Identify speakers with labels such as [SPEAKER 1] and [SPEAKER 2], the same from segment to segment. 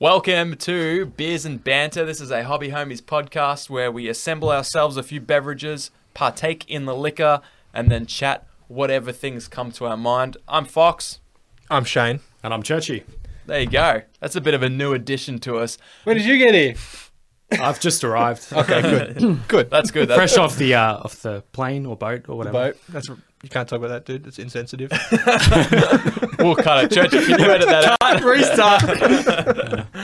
[SPEAKER 1] Welcome to Beers and Banter. This is a Hobby Homies podcast where we assemble ourselves a few beverages, partake in the liquor, and then chat whatever things come to our mind. I'm Fox.
[SPEAKER 2] I'm Shane.
[SPEAKER 3] And I'm Churchy.
[SPEAKER 1] There you go. That's a bit of a new addition to us.
[SPEAKER 4] When did you get here?
[SPEAKER 3] I've just arrived.
[SPEAKER 2] Okay, good. good.
[SPEAKER 1] That's good. That's
[SPEAKER 3] Fresh off the uh, off the plane or boat or whatever.
[SPEAKER 2] Boat. That's you can't talk about that, dude. It's insensitive.
[SPEAKER 1] We'll cut it. Church, can you edit that out?
[SPEAKER 2] Restart.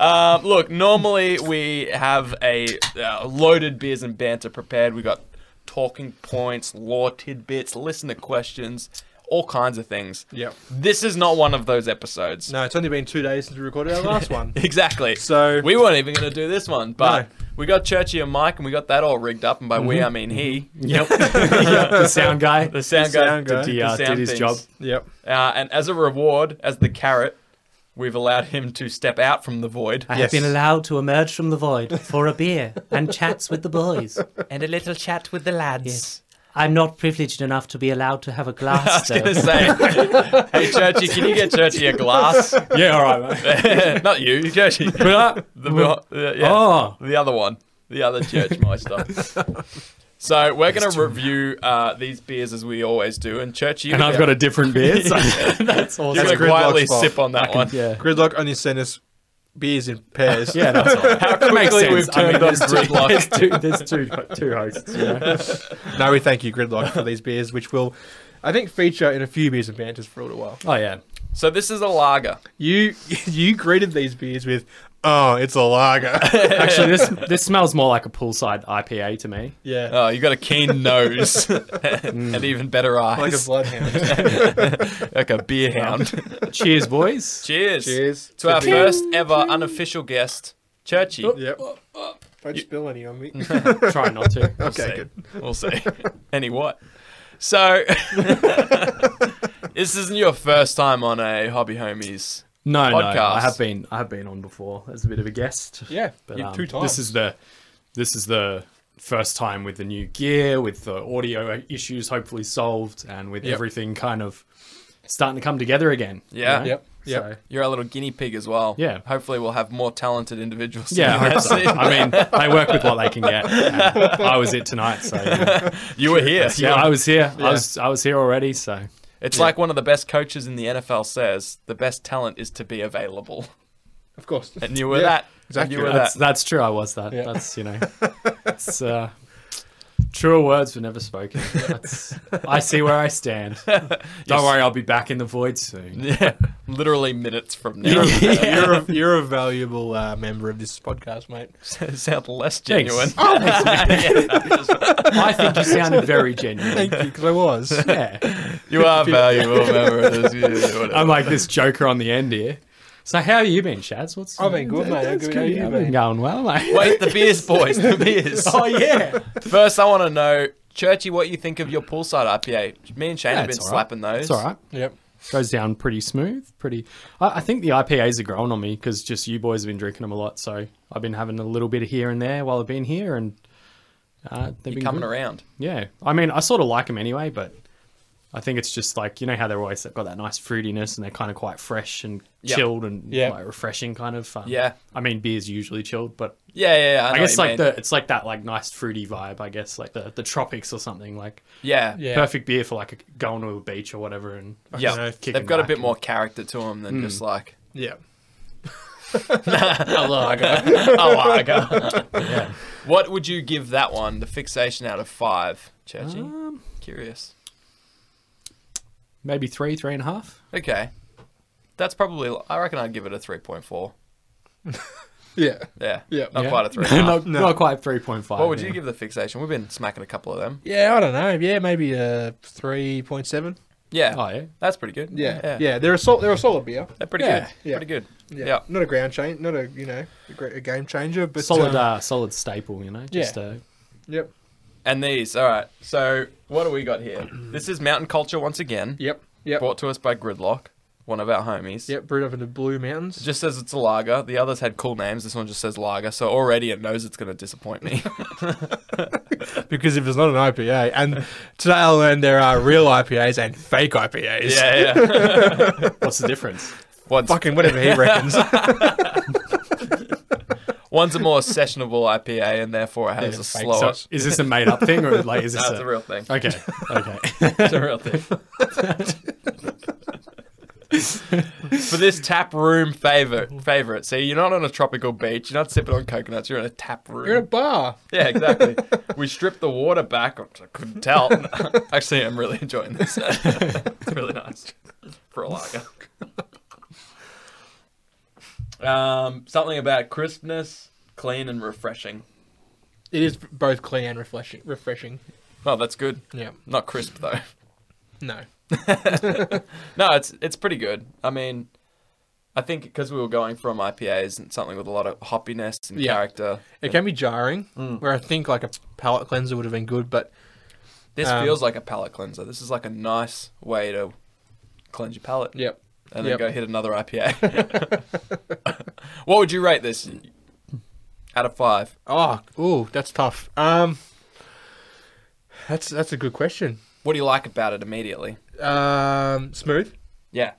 [SPEAKER 1] Um, look, normally we have a uh, loaded beers and banter prepared. We got talking points, law tidbits, listener questions, all kinds of things.
[SPEAKER 2] yeah.
[SPEAKER 1] This is not one of those episodes.
[SPEAKER 2] No, it's only been two days since we recorded our last one.
[SPEAKER 1] Exactly.
[SPEAKER 2] So
[SPEAKER 1] we weren't even going to do this one, but
[SPEAKER 2] No. Mm-hmm.
[SPEAKER 1] we got Churchy and Mike, and we got that all rigged up. And by we, I mean he,
[SPEAKER 3] Yep. the sound guy.
[SPEAKER 1] the sound
[SPEAKER 2] The
[SPEAKER 1] guy,
[SPEAKER 2] sound guy.
[SPEAKER 1] the
[SPEAKER 3] He, uh,
[SPEAKER 1] sound
[SPEAKER 3] did his
[SPEAKER 1] things.
[SPEAKER 3] job.
[SPEAKER 2] Yep.
[SPEAKER 1] Uh, and as a reward, as the carrot, we've allowed him to step out from the void
[SPEAKER 5] I
[SPEAKER 2] Yes.
[SPEAKER 5] have been allowed to emerge from the void for a beer and chats with the boys.
[SPEAKER 1] and a little chat with the lads.
[SPEAKER 5] I'm not privileged enough to be allowed to have a
[SPEAKER 1] I
[SPEAKER 5] glass.
[SPEAKER 1] was going to
[SPEAKER 5] though.
[SPEAKER 1] say, hey Churchy, can you get Churchy a glass?
[SPEAKER 3] Yeah, all right, mate.
[SPEAKER 1] Not you, Churchy.
[SPEAKER 3] But, uh,
[SPEAKER 1] The, the- yeah.
[SPEAKER 3] Oh,
[SPEAKER 1] The other one. The other Churchmeister. so we're going to review uh, these beers as we always do. And Churchy,
[SPEAKER 3] and I've got a different beer. So that's
[SPEAKER 1] you're
[SPEAKER 3] awesome.
[SPEAKER 2] That's
[SPEAKER 1] going to
[SPEAKER 2] a gridlock
[SPEAKER 1] quietly
[SPEAKER 2] spot.
[SPEAKER 1] sip on that one.
[SPEAKER 3] yeah.
[SPEAKER 2] Gridlock only sent us beers in pairs.
[SPEAKER 3] Yeah, that's all.
[SPEAKER 1] How
[SPEAKER 3] That makes
[SPEAKER 1] quickly
[SPEAKER 3] sense.
[SPEAKER 1] we've
[SPEAKER 3] I
[SPEAKER 1] turned
[SPEAKER 3] mean,
[SPEAKER 1] on
[SPEAKER 3] there's two,
[SPEAKER 1] gridlock.
[SPEAKER 3] there's two, there's two, two hosts. You know?
[SPEAKER 2] No, we thank you, Gridlock, for these beers, which will, I think, feature in a few beers and banters for a little while.
[SPEAKER 3] Oh yeah.
[SPEAKER 1] So this is a lager.
[SPEAKER 2] You you greeted these beers with, oh, it's a lager.
[SPEAKER 3] Actually, this this smells more like a poolside IPA to me.
[SPEAKER 2] yeah. Mm.
[SPEAKER 1] Oh, you got a keen nose and even better
[SPEAKER 2] like a
[SPEAKER 1] eyes,
[SPEAKER 2] bloodhound.
[SPEAKER 1] like a beer hound.
[SPEAKER 3] Cheers, boys.
[SPEAKER 1] Cheers,
[SPEAKER 2] Cheers. Oh,
[SPEAKER 1] to our first ever unofficial guest, Churchy.
[SPEAKER 2] Yep. Don't spill any on me.
[SPEAKER 3] Try not to.
[SPEAKER 2] okay,
[SPEAKER 1] see.
[SPEAKER 2] good.
[SPEAKER 1] We'll see. Any what? So, this isn't your first time on a Hobby Homies.
[SPEAKER 3] No, no,
[SPEAKER 1] Podcast.
[SPEAKER 3] I have been I have been on before as a bit of a guest.
[SPEAKER 2] Yeah,
[SPEAKER 3] But
[SPEAKER 2] you-
[SPEAKER 3] um,
[SPEAKER 2] two times.
[SPEAKER 3] this is the this is the first time with the new gear, with the audio issues hopefully solved, and with
[SPEAKER 1] Yep.
[SPEAKER 3] everything kind of starting to come together again. you
[SPEAKER 1] Yeah.
[SPEAKER 3] know?
[SPEAKER 2] Yep. Yep.
[SPEAKER 3] So,
[SPEAKER 1] You're a little guinea pig as well.
[SPEAKER 3] Yeah.
[SPEAKER 1] Hopefully, we'll have more talented individuals.
[SPEAKER 3] yeah, I,
[SPEAKER 1] than
[SPEAKER 3] hope so.
[SPEAKER 1] you have
[SPEAKER 3] I mean, they work with what they can get. and I was it tonight, so yeah,
[SPEAKER 1] seen. you were here.
[SPEAKER 3] Yeah, I was here.
[SPEAKER 2] Yeah.
[SPEAKER 3] I was I was here already. So
[SPEAKER 1] It's like one of the best coaches in the NFL says: the best talent is to be available.
[SPEAKER 2] Of course.
[SPEAKER 1] And you were
[SPEAKER 2] Yeah,
[SPEAKER 1] that. And
[SPEAKER 2] exactly.
[SPEAKER 1] you were
[SPEAKER 3] that's
[SPEAKER 1] that.
[SPEAKER 3] that's true. I was that.
[SPEAKER 2] Yeah.
[SPEAKER 3] That's you know, it's uh, truer words were never spoken. That's, I see where I stand. Don't worry, I'll be back in the void soon.
[SPEAKER 1] Yeah. Literally minutes from
[SPEAKER 2] You're
[SPEAKER 1] now.
[SPEAKER 2] a, you're a, you're a valuable uh, member of this podcast, mate.
[SPEAKER 1] Sound less
[SPEAKER 3] Thanks. Oh.
[SPEAKER 1] genuine.
[SPEAKER 3] I think you sounded very genuine.
[SPEAKER 2] Thank you, because I was.
[SPEAKER 3] Yeah,
[SPEAKER 1] You are a valuable member of this. yeah, whatever.
[SPEAKER 3] I'm like this Joker on the end here. So how have you been, Shads? What's
[SPEAKER 2] I've been good, mate. How
[SPEAKER 3] That's
[SPEAKER 2] good- how you
[SPEAKER 3] I've
[SPEAKER 2] been?
[SPEAKER 3] been going well, mate.
[SPEAKER 1] Wait, the beers, boys. The beers.
[SPEAKER 3] Oh yeah,
[SPEAKER 1] First, I want to know, Churchy, what you think of your poolside IPA. Me and Shane
[SPEAKER 3] Yeah,
[SPEAKER 1] have been
[SPEAKER 3] it's all right.
[SPEAKER 1] slapping those.
[SPEAKER 3] it's all right.
[SPEAKER 2] Yep.
[SPEAKER 3] Goes down pretty smooth. Pretty. I, I think the IPAs are growing on me because just you boys have been drinking them a lot. So I've been having a little bit of here and there while I've been here, and uh, they've
[SPEAKER 1] You're
[SPEAKER 3] been
[SPEAKER 1] coming
[SPEAKER 3] good.
[SPEAKER 1] around.
[SPEAKER 3] Yeah, I mean, I sort of like them anyway, but I think it's just like you know how they're always they've got that nice fruitiness and they're kind of quite fresh and
[SPEAKER 1] Yep.
[SPEAKER 3] chilled and
[SPEAKER 2] Yeah.
[SPEAKER 3] like refreshing kind of. Um,
[SPEAKER 1] Yeah.
[SPEAKER 3] I mean, beer's usually chilled, but
[SPEAKER 1] Yeah, yeah, yeah. I,
[SPEAKER 3] I,
[SPEAKER 1] know
[SPEAKER 3] guess
[SPEAKER 1] what you
[SPEAKER 3] like
[SPEAKER 1] mean.
[SPEAKER 3] the it's like that like nice fruity vibe. I guess like the the tropics or something like
[SPEAKER 1] yeah,
[SPEAKER 2] Yeah.
[SPEAKER 3] perfect beer for like a, going to a beach or whatever and
[SPEAKER 1] yeah.
[SPEAKER 2] don't know if
[SPEAKER 3] kicking
[SPEAKER 1] They've got a
[SPEAKER 3] back
[SPEAKER 1] bit
[SPEAKER 3] and-
[SPEAKER 1] more character to them than just like
[SPEAKER 2] Yeah.
[SPEAKER 1] a lager, a lager. What would you give that one? The fixation out of five, Churchy.
[SPEAKER 3] Um,
[SPEAKER 1] Curious.
[SPEAKER 3] maybe three three and a half.
[SPEAKER 1] Okay, that's probably. I reckon I'd give it a three point four.
[SPEAKER 2] Yeah.
[SPEAKER 1] Yeah,
[SPEAKER 2] Yeah.
[SPEAKER 1] not
[SPEAKER 3] Yeah.
[SPEAKER 1] quite a three.
[SPEAKER 3] not,
[SPEAKER 2] No.
[SPEAKER 3] not quite three point five.
[SPEAKER 1] what would you give the fixation? We've been smacking a couple of them.
[SPEAKER 2] Yeah, I don't know. Yeah, maybe a three point seven.
[SPEAKER 1] Yeah,
[SPEAKER 3] Oh yeah.
[SPEAKER 1] that's pretty good.
[SPEAKER 2] Yeah. yeah,
[SPEAKER 1] yeah,
[SPEAKER 2] They're a sol- they're a solid beer.
[SPEAKER 1] they're pretty
[SPEAKER 3] Yeah.
[SPEAKER 1] good.
[SPEAKER 2] Yeah.
[SPEAKER 1] Pretty good. Yeah.
[SPEAKER 2] not a ground change, not a you know a, great, a game changer, but
[SPEAKER 3] solid,
[SPEAKER 2] um,
[SPEAKER 3] uh, solid staple, you know. Just uh,
[SPEAKER 2] Yep,
[SPEAKER 1] And these, all right. So what do we got here? This is Mountain Culture once again,
[SPEAKER 2] yep, yep,
[SPEAKER 1] brought to us by Gridlock, one of our homies.
[SPEAKER 2] yep. Brewed up in the Blue Mountains.
[SPEAKER 1] It just says it's a lager. The others had cool names. This one just says lager. So already it knows it's going to disappoint me.
[SPEAKER 2] because if it's not an IPA, and today I learned there are real IPAs and fake IPAs.
[SPEAKER 1] yeah, yeah.
[SPEAKER 3] what's the difference?
[SPEAKER 1] What's
[SPEAKER 2] Fucking whatever he reckons.
[SPEAKER 1] One's a more sessionable IPA, and therefore it has a
[SPEAKER 3] Fake.
[SPEAKER 1] slower.
[SPEAKER 3] So is this a made up thing or like is this
[SPEAKER 1] That's a real thing.
[SPEAKER 3] Okay. Okay.
[SPEAKER 1] It's a real thing. For this tap room favorite, favorite. See, you're not on a tropical beach. You're not sipping on coconuts. You're in a tap room.
[SPEAKER 2] You're in a bar.
[SPEAKER 1] Yeah, exactly. we stripped the water back. which I couldn't tell. Actually, I'm really enjoying this. it's really nice for a lager. Um, something about crispness, clean, and refreshing.
[SPEAKER 2] It is both clean and refreshing. Refreshing.
[SPEAKER 1] Oh, that's good.
[SPEAKER 2] Yeah.
[SPEAKER 1] Not crisp though.
[SPEAKER 2] No.
[SPEAKER 1] No, it's it's pretty good. I mean, I think because we were going from IPAs and something with a lot of hoppiness and
[SPEAKER 2] Yeah.
[SPEAKER 1] character,
[SPEAKER 2] It can be jarring. Where I think like a palate cleanser would have been good, but
[SPEAKER 1] this
[SPEAKER 2] Um,
[SPEAKER 1] feels like a palate cleanser. This is like a nice way to cleanse your palate.
[SPEAKER 2] yep.
[SPEAKER 1] and then
[SPEAKER 2] Yep.
[SPEAKER 1] go hit another IPA. what would you rate this? Out of five.
[SPEAKER 2] Oh, ooh, that's tough. Um, that's that's a good question.
[SPEAKER 1] What do you like about it immediately?
[SPEAKER 2] Um, smooth.
[SPEAKER 1] Yeah,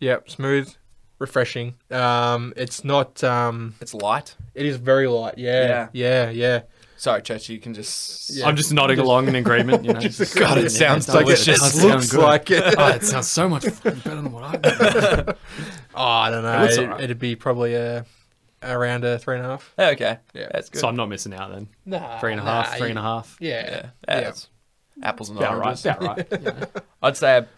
[SPEAKER 2] Yep, smooth, refreshing. Um, it's not. Um,
[SPEAKER 1] it's light.
[SPEAKER 2] it is very light. Yeah, yeah, yeah.
[SPEAKER 1] Sorry, Churchy, you can just.
[SPEAKER 2] Yeah.
[SPEAKER 3] I'm just nodding along in agreement. You know.
[SPEAKER 1] God, it sounds
[SPEAKER 3] Yeah, it does.
[SPEAKER 1] delicious.
[SPEAKER 3] does
[SPEAKER 2] It
[SPEAKER 3] sound
[SPEAKER 2] looks
[SPEAKER 3] good.
[SPEAKER 2] like it.
[SPEAKER 3] Oh, it sounds so much fucking better than what I got.
[SPEAKER 2] Oh, I don't know.
[SPEAKER 3] It looks
[SPEAKER 2] It
[SPEAKER 3] alright.
[SPEAKER 2] would be probably a around a three and a half.
[SPEAKER 1] Yeah, Oh, okay.
[SPEAKER 2] Yeah.
[SPEAKER 1] that's good.
[SPEAKER 3] So I'm not missing out then.
[SPEAKER 2] Nah,
[SPEAKER 3] Three and a half, three and a half.
[SPEAKER 2] Yeah,
[SPEAKER 1] yeah,
[SPEAKER 2] yeah.
[SPEAKER 1] yeah, it's apples and
[SPEAKER 3] About right.
[SPEAKER 1] oranges.
[SPEAKER 3] About right.
[SPEAKER 1] I'd say a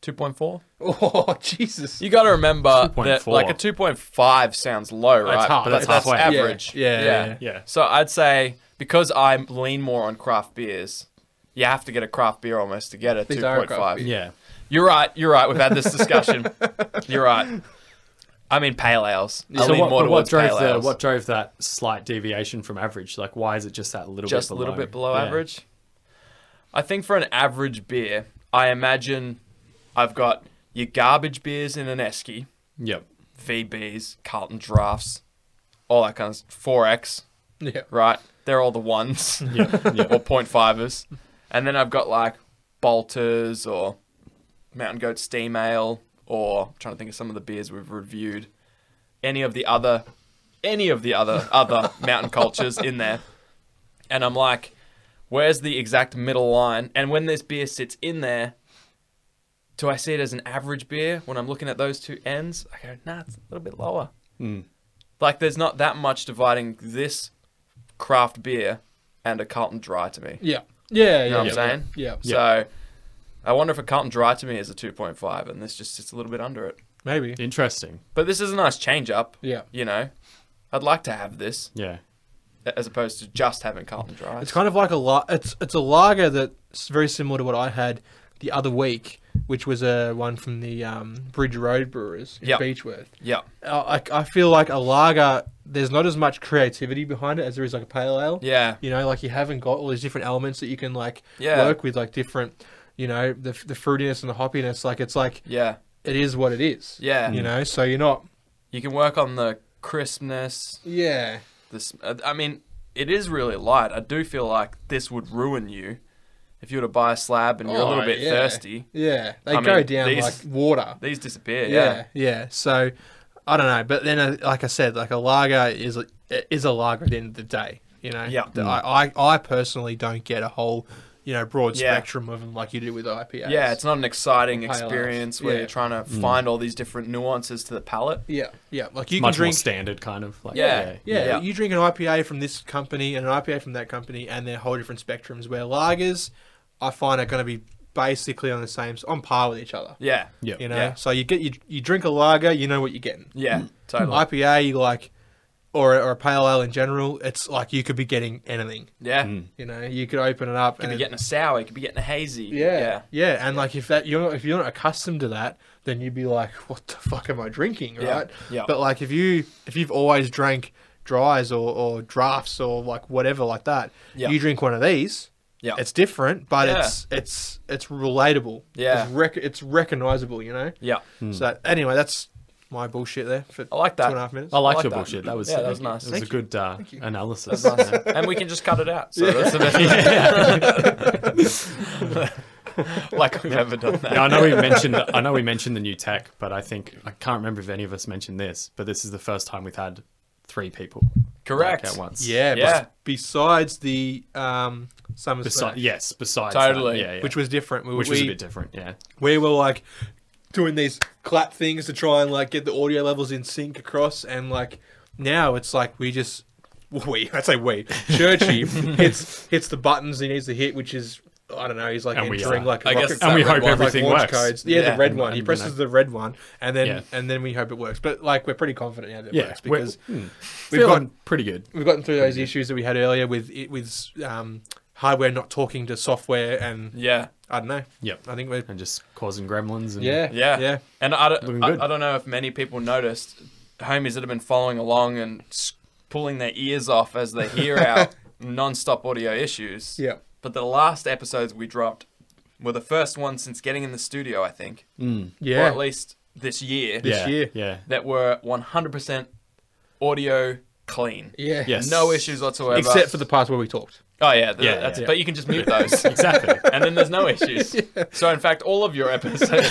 [SPEAKER 1] two point four.
[SPEAKER 2] Oh Jesus!
[SPEAKER 1] You got to remember that
[SPEAKER 3] 2.4.
[SPEAKER 1] like a two point five sounds low, right?
[SPEAKER 2] half-
[SPEAKER 1] but
[SPEAKER 3] that's
[SPEAKER 1] that's,
[SPEAKER 3] halfway.
[SPEAKER 2] Yeah,
[SPEAKER 1] average.
[SPEAKER 2] yeah, yeah.
[SPEAKER 3] Yeah.
[SPEAKER 1] So I'd say because I lean more on craft beers, you have to get a craft beer almost to get a
[SPEAKER 2] These
[SPEAKER 1] two
[SPEAKER 2] are
[SPEAKER 1] point
[SPEAKER 2] craft
[SPEAKER 1] five.
[SPEAKER 2] beers.
[SPEAKER 3] Yeah.
[SPEAKER 1] You're right. You're right. We've had this discussion. you're right. I mean pale ales. I
[SPEAKER 3] So
[SPEAKER 1] lean
[SPEAKER 3] what,
[SPEAKER 1] more
[SPEAKER 3] but what
[SPEAKER 1] towards
[SPEAKER 3] drove
[SPEAKER 1] pale
[SPEAKER 3] the,
[SPEAKER 1] ales.
[SPEAKER 3] what drove that slight deviation from average? Like, why is it just that little
[SPEAKER 1] just
[SPEAKER 3] bit
[SPEAKER 1] a
[SPEAKER 3] below?
[SPEAKER 1] little bit below
[SPEAKER 3] Yeah.
[SPEAKER 1] average. I think for an average beer, I imagine I've got your garbage beers in an esky,
[SPEAKER 3] Yep.
[SPEAKER 1] VBs, Carlton drafts, all that kind of four X,
[SPEAKER 2] yeah.
[SPEAKER 1] right? They're all the ones.
[SPEAKER 3] Yep.
[SPEAKER 1] or
[SPEAKER 3] Yep.
[SPEAKER 1] point fivers. And then I've got like Bolters or Mountain Goat Steam Ale or I'm trying to think of some of the beers we've reviewed. Any of the other any of the other other mountain cultures in there. And I'm like, where's the exact middle line? And when this beer sits in there, do I see it as an average beer when I'm looking at those two ends? I go, nah, it's a little bit lower.
[SPEAKER 2] Hmm.
[SPEAKER 3] Mm.
[SPEAKER 1] Like there's not that much dividing this craft beer and a Carlton Dry to me.
[SPEAKER 2] Yeah. Yeah, yeah.
[SPEAKER 1] know what I'm
[SPEAKER 2] yeah,
[SPEAKER 1] saying?
[SPEAKER 2] Yeah.
[SPEAKER 1] So I wonder if a Carlton Dry to me is a 2.5 and this just sits a little bit under it.
[SPEAKER 2] Maybe.
[SPEAKER 3] Interesting.
[SPEAKER 1] But this is a nice change up,
[SPEAKER 2] Yeah.
[SPEAKER 1] you know. I'd like to have this
[SPEAKER 3] Yeah.
[SPEAKER 1] as opposed to just having Carlton Dry.
[SPEAKER 2] It's kind of like a la- it's it's a lager that's very similar to what I had the other week, which was a one from the um, Bridge Road Brewers in
[SPEAKER 1] Yep.
[SPEAKER 2] Beechworth.
[SPEAKER 1] Yeah.
[SPEAKER 2] I, I- I feel like a lager, there's not as much creativity behind it as there is like a pale ale.
[SPEAKER 1] Yeah.
[SPEAKER 2] You know, like you haven't got all these different elements that you can like
[SPEAKER 1] Yeah.
[SPEAKER 2] work with, like different, you know, the the fruitiness and the hoppiness. Like it's like
[SPEAKER 1] Yeah.
[SPEAKER 2] it is what it is.
[SPEAKER 1] Yeah.
[SPEAKER 2] You know, so you're not.
[SPEAKER 1] You can work on the crispness,
[SPEAKER 2] Yeah.
[SPEAKER 1] this i mean it is really light i do feel like this would ruin you if you were to buy a slab and you're a little
[SPEAKER 2] Oh,
[SPEAKER 1] bit
[SPEAKER 2] yeah.
[SPEAKER 1] thirsty
[SPEAKER 2] Yeah. They
[SPEAKER 1] I
[SPEAKER 2] go
[SPEAKER 1] mean,
[SPEAKER 2] down
[SPEAKER 1] these-
[SPEAKER 2] like water.
[SPEAKER 1] these disappear
[SPEAKER 2] yeah,
[SPEAKER 1] yeah
[SPEAKER 2] yeah. So I don't know, but then uh, like I said, like a lager is a, is a lager at the end of the day. You know,
[SPEAKER 1] Yeah.
[SPEAKER 2] The- I, I I personally don't get a whole you know broad
[SPEAKER 1] Yeah.
[SPEAKER 2] spectrum of them like you do with IPAs.
[SPEAKER 1] yeah, it's not an exciting
[SPEAKER 2] Highlights,
[SPEAKER 1] experience where
[SPEAKER 2] yeah.
[SPEAKER 1] you're trying to
[SPEAKER 2] Mm.
[SPEAKER 1] find all these different nuances to the palate
[SPEAKER 2] yeah, yeah. Like you
[SPEAKER 3] Much
[SPEAKER 2] can drink.
[SPEAKER 3] more standard, kind of. Like,
[SPEAKER 1] Yeah.
[SPEAKER 2] yeah,
[SPEAKER 1] Yeah.
[SPEAKER 2] you drink an IPA from this company and an IPA from that company, and they're whole different spectrums. Where lagers, I find are going to be basically on the same, on par with each other.
[SPEAKER 1] yeah
[SPEAKER 3] Yep.
[SPEAKER 2] You know,
[SPEAKER 1] Yeah.
[SPEAKER 2] so you get you, you drink a lager, you know what you're getting.
[SPEAKER 1] yeah totally
[SPEAKER 2] IPA, you like, or or a pale ale in general, it's like you could be getting anything.
[SPEAKER 1] yeah
[SPEAKER 2] You know, you could open it up.
[SPEAKER 1] you could be
[SPEAKER 2] and-
[SPEAKER 1] getting a sour you could be getting a hazy
[SPEAKER 2] yeah, yeah, and like if that you're not, if you're not accustomed to that, then you'd be like, what the fuck am I drinking,
[SPEAKER 1] Yeah,
[SPEAKER 2] right?
[SPEAKER 1] yeah.
[SPEAKER 2] But like if you if you've always drank dries or, or drafts or like whatever like that,
[SPEAKER 1] Yeah.
[SPEAKER 2] you drink one of these.
[SPEAKER 1] Yeah.
[SPEAKER 2] It's different, but
[SPEAKER 1] Yeah.
[SPEAKER 2] it's it's it's relatable.
[SPEAKER 1] Yeah.
[SPEAKER 2] it's, rec- it's recognizable. You know.
[SPEAKER 1] yeah
[SPEAKER 2] So anyway, that's my bullshit there for
[SPEAKER 1] I like that.
[SPEAKER 2] two and a half minutes.
[SPEAKER 3] I
[SPEAKER 1] I
[SPEAKER 3] liked
[SPEAKER 1] like
[SPEAKER 3] your
[SPEAKER 1] that.
[SPEAKER 3] bullshit. That was
[SPEAKER 1] Yeah, that was nice.
[SPEAKER 3] It was
[SPEAKER 1] Thank
[SPEAKER 3] a good uh,
[SPEAKER 2] you.
[SPEAKER 3] analysis.
[SPEAKER 1] and we can just cut it out so that's the best like we've ever done that.
[SPEAKER 3] Now, I know we mentioned I know we mentioned the new tech, but I think I can't remember if any of us mentioned this. But this is the first time we've had three people
[SPEAKER 1] Correct.
[SPEAKER 3] at once.
[SPEAKER 2] Yeah,
[SPEAKER 1] Yeah.
[SPEAKER 2] But besides the um, Summer
[SPEAKER 3] Besi-
[SPEAKER 2] Slam,
[SPEAKER 3] yes. Besides.
[SPEAKER 1] Totally.
[SPEAKER 3] That. Yeah, yeah.
[SPEAKER 2] which was different. We,
[SPEAKER 3] which
[SPEAKER 2] we,
[SPEAKER 3] was a bit different. Yeah.
[SPEAKER 2] we were like doing these clap things to try and like get the audio levels in sync across, and like now it's like we just we I say we Churchy hits hits the buttons he needs to hit, which is. I don't know. He's like
[SPEAKER 3] And we,
[SPEAKER 2] entering
[SPEAKER 3] uh,
[SPEAKER 2] like
[SPEAKER 1] I
[SPEAKER 2] rocket
[SPEAKER 1] guess it's
[SPEAKER 2] science,
[SPEAKER 1] that red one.
[SPEAKER 3] Everything
[SPEAKER 2] launch
[SPEAKER 3] works.
[SPEAKER 2] Codes. Yeah,
[SPEAKER 1] Yeah.
[SPEAKER 2] the red one.
[SPEAKER 3] And,
[SPEAKER 2] He
[SPEAKER 3] you
[SPEAKER 2] presses
[SPEAKER 3] know.
[SPEAKER 2] the red one, and then
[SPEAKER 3] Yeah.
[SPEAKER 2] and then we hope it works. But like we're pretty confident now that it
[SPEAKER 3] Yeah.
[SPEAKER 2] works
[SPEAKER 3] we're-
[SPEAKER 2] because
[SPEAKER 3] hmm.
[SPEAKER 2] we've
[SPEAKER 3] feeling
[SPEAKER 2] got
[SPEAKER 3] pretty good.
[SPEAKER 2] we've gotten through those issues that we had earlier with it with um, hardware not talking to software and
[SPEAKER 1] Yeah.
[SPEAKER 2] I don't know.
[SPEAKER 3] Yep.
[SPEAKER 2] I think we're
[SPEAKER 3] And just causing gremlins. And
[SPEAKER 2] yeah
[SPEAKER 1] Yeah.
[SPEAKER 2] yeah.
[SPEAKER 1] And I
[SPEAKER 3] Looking
[SPEAKER 1] don't,
[SPEAKER 3] good.
[SPEAKER 1] I, I don't know if many people noticed homies that have been following along and s- pulling their ears off as they hear our non-stop audio issues.
[SPEAKER 2] Yeah.
[SPEAKER 1] But the last episodes we dropped were the first ones since getting in the studio, I think,
[SPEAKER 3] Mm.
[SPEAKER 1] or
[SPEAKER 2] Yeah.
[SPEAKER 1] at least this year,
[SPEAKER 2] This
[SPEAKER 3] yeah.
[SPEAKER 2] year.
[SPEAKER 3] Yeah.
[SPEAKER 1] that were 100% audio clean.
[SPEAKER 2] yeah.
[SPEAKER 3] Yes.
[SPEAKER 1] No issues whatsoever.
[SPEAKER 2] Except for the parts where we talked.
[SPEAKER 1] Oh yeah, th-
[SPEAKER 3] Yeah,
[SPEAKER 1] that's,
[SPEAKER 3] yeah.
[SPEAKER 1] but you can just mute those.
[SPEAKER 3] Exactly.
[SPEAKER 1] And then there's no issues. So in fact, all of your episodes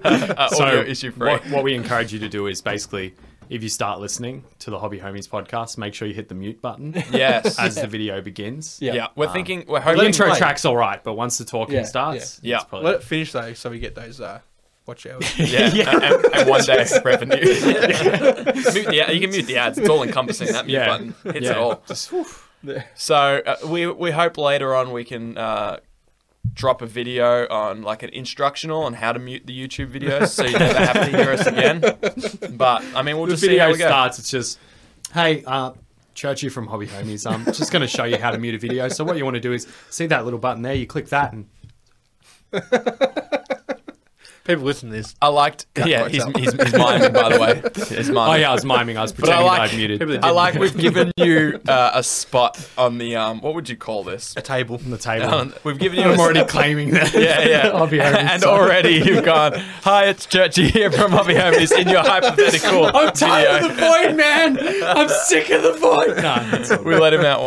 [SPEAKER 1] are audio issue free.
[SPEAKER 3] What, what we encourage you to do is basically, if you start listening to the Hobby Homies podcast, make sure you hit the mute button
[SPEAKER 1] Yes.
[SPEAKER 3] as the video begins.
[SPEAKER 2] Yeah.
[SPEAKER 1] yeah. We're
[SPEAKER 3] Um,
[SPEAKER 1] thinking. We're
[SPEAKER 3] The
[SPEAKER 1] hoping.
[SPEAKER 3] intro
[SPEAKER 2] play.
[SPEAKER 3] track's all right, but once the talking
[SPEAKER 2] Yeah,
[SPEAKER 3] starts,
[SPEAKER 1] yeah.
[SPEAKER 3] it's
[SPEAKER 1] Yeah.
[SPEAKER 3] probably-
[SPEAKER 2] Let it finish though, so we get those uh, watch hours.
[SPEAKER 1] Yeah,
[SPEAKER 3] Yeah.
[SPEAKER 1] And, and one day revenue. mute the, ad- you can mute the ads. It's all encompassing. That mute
[SPEAKER 3] Yeah.
[SPEAKER 1] button hits it
[SPEAKER 3] Yeah.
[SPEAKER 1] all.
[SPEAKER 3] Just, woof.
[SPEAKER 1] So uh, we we hope later on we can uh, drop a video on like an instructional on how to mute the YouTube videos, so you never have to hear us again. But I mean, we'll
[SPEAKER 3] the
[SPEAKER 1] just see how
[SPEAKER 3] video
[SPEAKER 1] we go.
[SPEAKER 3] starts. It's just, hey, uh, Churchy from Hobby Homies, I'm just going to show you how to mute a video. So what you want to do is see that little button there. You click that, and
[SPEAKER 2] People listen to this.
[SPEAKER 1] I liked. Yeah,
[SPEAKER 2] works
[SPEAKER 1] he's,
[SPEAKER 2] out.
[SPEAKER 1] he's, he's miming by the way. He's miming.
[SPEAKER 3] oh yeah, I was miming. I was
[SPEAKER 1] I
[SPEAKER 3] pretending
[SPEAKER 1] like-
[SPEAKER 3] I muted.
[SPEAKER 2] People that
[SPEAKER 1] I like we've given you uh, a spot on the um. What would you call this?
[SPEAKER 2] A table.
[SPEAKER 3] on the table.
[SPEAKER 1] Um, we've given you.
[SPEAKER 3] I'm
[SPEAKER 1] a-
[SPEAKER 3] already claiming that.
[SPEAKER 1] Yeah, yeah.
[SPEAKER 3] Hobby Homies.
[SPEAKER 1] and already you've gone. Hi, it's Churchy here from Hobby Homies in your hypothetical
[SPEAKER 3] I'm tired
[SPEAKER 1] video.
[SPEAKER 3] of the void, man. I'm sick of the void. No, it's all
[SPEAKER 1] We let him out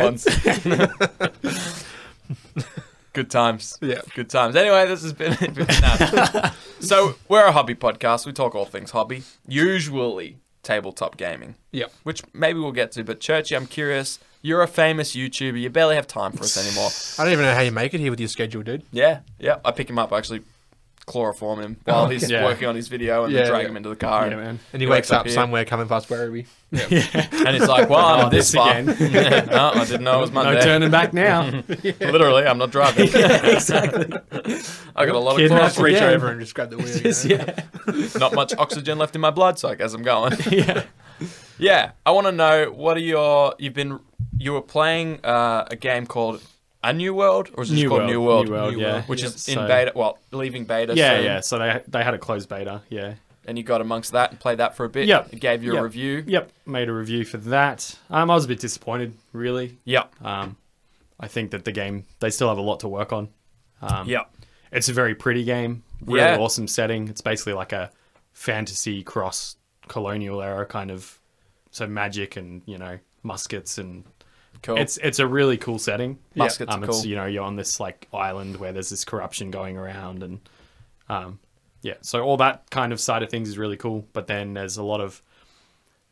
[SPEAKER 1] once. Good times.
[SPEAKER 2] Yeah.
[SPEAKER 1] Good times. Anyway, this has been. nah. So we're a hobby podcast. We talk all things hobby, usually tabletop gaming,
[SPEAKER 2] Yep.
[SPEAKER 1] which maybe we'll get to. But Churchy, I'm curious. You're a famous YouTuber. You barely have time for us anymore.
[SPEAKER 2] I don't even know how you make it here with your schedule, dude.
[SPEAKER 1] Yeah, yeah. I pick him up. I actually chloroform him while he's
[SPEAKER 3] Oh, Yeah.
[SPEAKER 1] working on his video and
[SPEAKER 2] Yeah,
[SPEAKER 1] then drag
[SPEAKER 2] yeah.
[SPEAKER 1] him into the car.
[SPEAKER 3] Yeah, man.
[SPEAKER 2] And
[SPEAKER 1] He
[SPEAKER 2] he, wakes,
[SPEAKER 1] wakes up
[SPEAKER 2] up
[SPEAKER 1] here.
[SPEAKER 2] somewhere coming past Werribee.
[SPEAKER 1] And it's like, well, I'm
[SPEAKER 3] Oh,
[SPEAKER 1] this
[SPEAKER 3] this
[SPEAKER 1] far.
[SPEAKER 3] again.
[SPEAKER 1] no, I didn't know it was
[SPEAKER 3] No
[SPEAKER 1] Monday.
[SPEAKER 3] turning back now.
[SPEAKER 1] Literally, I'm not driving.
[SPEAKER 5] exactly.
[SPEAKER 1] I got a lot of
[SPEAKER 3] Kidnapped
[SPEAKER 1] chloroform.
[SPEAKER 2] reach
[SPEAKER 5] yeah.
[SPEAKER 2] over and just grab the wheel. you
[SPEAKER 5] Just,
[SPEAKER 2] know?
[SPEAKER 5] yeah.
[SPEAKER 1] Not much oxygen left in my blood, so I guess I'm going.
[SPEAKER 3] yeah.
[SPEAKER 1] yeah, I want to know what are your? You've been you were playing uh, a game called A New World, or is it just called New World?
[SPEAKER 3] New World,
[SPEAKER 2] New
[SPEAKER 3] yeah.
[SPEAKER 2] World.
[SPEAKER 1] Which
[SPEAKER 2] Yeah.
[SPEAKER 1] is in
[SPEAKER 3] So-
[SPEAKER 1] beta. Well, leaving beta.
[SPEAKER 3] Yeah,
[SPEAKER 1] soon,
[SPEAKER 3] yeah. So they they had a closed beta. Yeah.
[SPEAKER 1] And you got amongst that and played that for a bit.
[SPEAKER 3] Yep.
[SPEAKER 1] It gave you a
[SPEAKER 3] Yep.
[SPEAKER 1] review.
[SPEAKER 3] Yep. Made a review for that. Um, I was a bit disappointed, really.
[SPEAKER 1] Yep.
[SPEAKER 3] Um, I think that the game they still have a lot to work on. Um,
[SPEAKER 1] Yep.
[SPEAKER 3] It's a very pretty game. Really
[SPEAKER 1] Yeah.
[SPEAKER 3] awesome setting. It's basically like a fantasy cross colonial era kind of so magic and you know muskets and
[SPEAKER 1] Cool.
[SPEAKER 3] it's it's a really cool setting.
[SPEAKER 1] Yeah. Muskets
[SPEAKER 3] um,
[SPEAKER 1] are
[SPEAKER 3] it's,
[SPEAKER 1] cool.
[SPEAKER 3] You know, you're on this like island where there's this corruption going around, and um, yeah, so all that kind of side of things is really cool. But then there's a lot of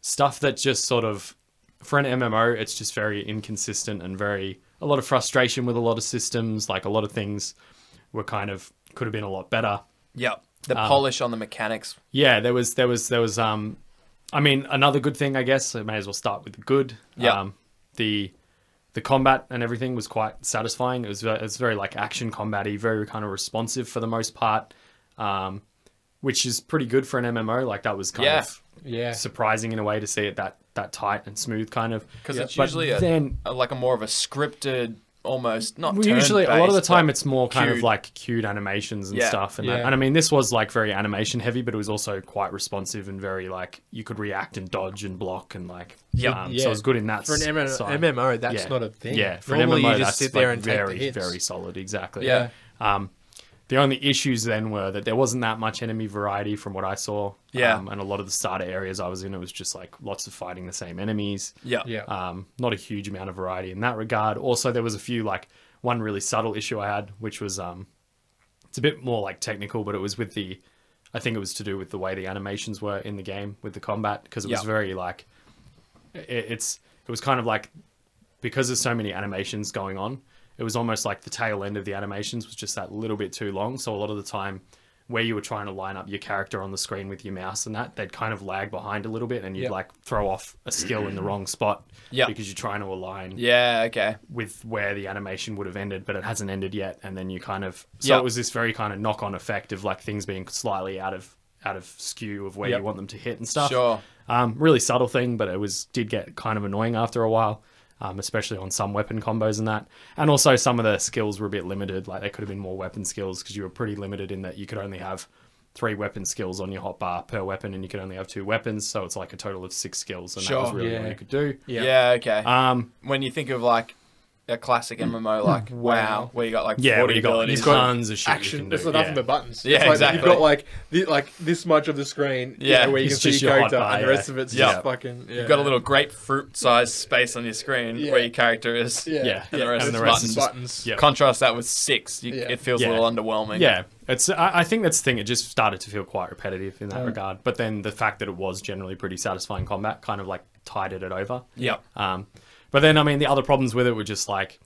[SPEAKER 3] stuff that just sort of for an MMO, it's just very inconsistent and very a lot of frustration with a lot of systems. Like a lot of things were kind of could have been a lot better.
[SPEAKER 1] Yep. The
[SPEAKER 3] Um,
[SPEAKER 1] polish on the mechanics.
[SPEAKER 3] Yeah, there was there was there was um I mean another good thing I guess I may as well start with the good.
[SPEAKER 1] Yeah.
[SPEAKER 3] Um the the combat and everything was quite satisfying. It was ve- it's very like action combat-y, very kind of responsive for the most part. Um which is pretty good for an MMO. Like that was kind
[SPEAKER 1] Yeah.
[SPEAKER 3] of
[SPEAKER 2] Yeah.
[SPEAKER 3] surprising in a way to see it that that tight and smooth kind of
[SPEAKER 1] Because
[SPEAKER 2] Yeah.
[SPEAKER 1] it's
[SPEAKER 3] But
[SPEAKER 1] usually a,
[SPEAKER 3] then-
[SPEAKER 1] a- uh, like a more of a scripted, almost not.
[SPEAKER 3] well, usually a lot of the
[SPEAKER 1] turn-based,
[SPEAKER 3] time
[SPEAKER 1] but
[SPEAKER 3] it's more kind
[SPEAKER 1] cued.
[SPEAKER 3] of like cued animations and
[SPEAKER 1] Yeah.
[SPEAKER 3] stuff and,
[SPEAKER 2] Yeah.
[SPEAKER 3] that. and i mean this was like very animation heavy but it was also quite responsive and very like you could react and dodge and block and like
[SPEAKER 1] Yep.
[SPEAKER 3] um,
[SPEAKER 2] Yeah.
[SPEAKER 3] so it was good in that
[SPEAKER 2] For an
[SPEAKER 3] s-
[SPEAKER 2] MMO,
[SPEAKER 3] side.
[SPEAKER 2] MMO that's
[SPEAKER 3] Yeah.
[SPEAKER 2] not a thing.
[SPEAKER 3] yeah for
[SPEAKER 2] Normally
[SPEAKER 3] an MMO
[SPEAKER 2] you just
[SPEAKER 3] that's
[SPEAKER 2] sit there
[SPEAKER 3] like
[SPEAKER 2] and take the
[SPEAKER 3] very
[SPEAKER 2] hits.
[SPEAKER 3] very solid exactly
[SPEAKER 1] Yeah.
[SPEAKER 3] um the only issues then were that there wasn't that much enemy variety from what i saw
[SPEAKER 1] Yeah.
[SPEAKER 3] um, and a lot of the starter areas i was in it was just like lots of fighting the same enemies
[SPEAKER 1] Yeah.
[SPEAKER 2] Yeah.
[SPEAKER 3] um, not a huge amount of variety in that regard. Also, there was a few like one really subtle issue I had, which was um, It's a bit more like technical, but it was with the, I think it was to do with the way the animations were in the game with the combat because it was
[SPEAKER 1] Yeah.
[SPEAKER 3] very like, it, it's it was kind of like, because there's so many animations going on, it was almost like the tail end of the animations was just that little bit too long. So a lot of the time, where you were trying to line up your character on the screen with your mouse and that, they'd kind of lag behind a little bit, and you'd
[SPEAKER 2] Yeah.
[SPEAKER 3] like throw off a skill in the wrong spot
[SPEAKER 1] Yeah.
[SPEAKER 3] because you're trying to align
[SPEAKER 1] Yeah. Okay.
[SPEAKER 3] with where the animation would have ended, but it hasn't ended yet. And then you kind of so
[SPEAKER 1] Yeah.
[SPEAKER 3] it was this very kind of knock on effect of like things being slightly out of out of skew of where
[SPEAKER 1] Yep.
[SPEAKER 3] you want them to hit and stuff.
[SPEAKER 1] Sure.
[SPEAKER 3] Um, really subtle thing, but it was did get kind of annoying after a while, um, especially on some weapon combos and that. And also some of the skills were a bit limited. Like they could have been more weapon skills because you were pretty limited in that you could only have three weapon skills on your hotbar per weapon, and you could only have two weapons. So it's like a total of six skills, and that was
[SPEAKER 1] Sure.
[SPEAKER 3] really all
[SPEAKER 2] Yeah.
[SPEAKER 3] you could do.
[SPEAKER 1] Yeah.
[SPEAKER 2] Yeah.
[SPEAKER 1] okay.
[SPEAKER 3] Um,
[SPEAKER 1] when you think of like a classic MMO, like wow, where you got like
[SPEAKER 3] yeah,
[SPEAKER 1] forty
[SPEAKER 3] we got
[SPEAKER 1] abilities.
[SPEAKER 3] tons of shit. you can
[SPEAKER 2] Action.
[SPEAKER 3] do,
[SPEAKER 2] There's nothing
[SPEAKER 3] yeah.
[SPEAKER 2] but buttons.
[SPEAKER 1] Yeah,
[SPEAKER 2] It's like
[SPEAKER 1] exactly.
[SPEAKER 2] You've got like the, like this much of the screen.
[SPEAKER 1] Yeah,
[SPEAKER 2] Yeah, where you
[SPEAKER 3] it's
[SPEAKER 2] can see
[SPEAKER 3] just
[SPEAKER 2] your
[SPEAKER 3] your
[SPEAKER 2] character,
[SPEAKER 3] hotbar,
[SPEAKER 2] and the
[SPEAKER 3] yeah.
[SPEAKER 2] rest of it's
[SPEAKER 1] Yeah.
[SPEAKER 2] just fucking. Yeah.
[SPEAKER 1] You've got a little grapefruit-sized space on your screen
[SPEAKER 2] Yeah.
[SPEAKER 1] where your character is.
[SPEAKER 2] Yeah.
[SPEAKER 3] Yeah,
[SPEAKER 1] And the rest
[SPEAKER 3] and
[SPEAKER 1] is
[SPEAKER 3] the rest
[SPEAKER 1] buttons.
[SPEAKER 3] is
[SPEAKER 2] buttons.
[SPEAKER 3] Yeah.
[SPEAKER 1] Contrast that with six. You,
[SPEAKER 2] Yeah.
[SPEAKER 1] It feels a
[SPEAKER 3] Yeah.
[SPEAKER 1] little underwhelming.
[SPEAKER 3] Yeah, it's. I, I think that's the thing. It just started to feel quite repetitive in that regard. But then the fact that it was generally pretty satisfying combat kind of like tided it over.
[SPEAKER 1] Yep.
[SPEAKER 3] Um, but then I mean the other problems with it were just like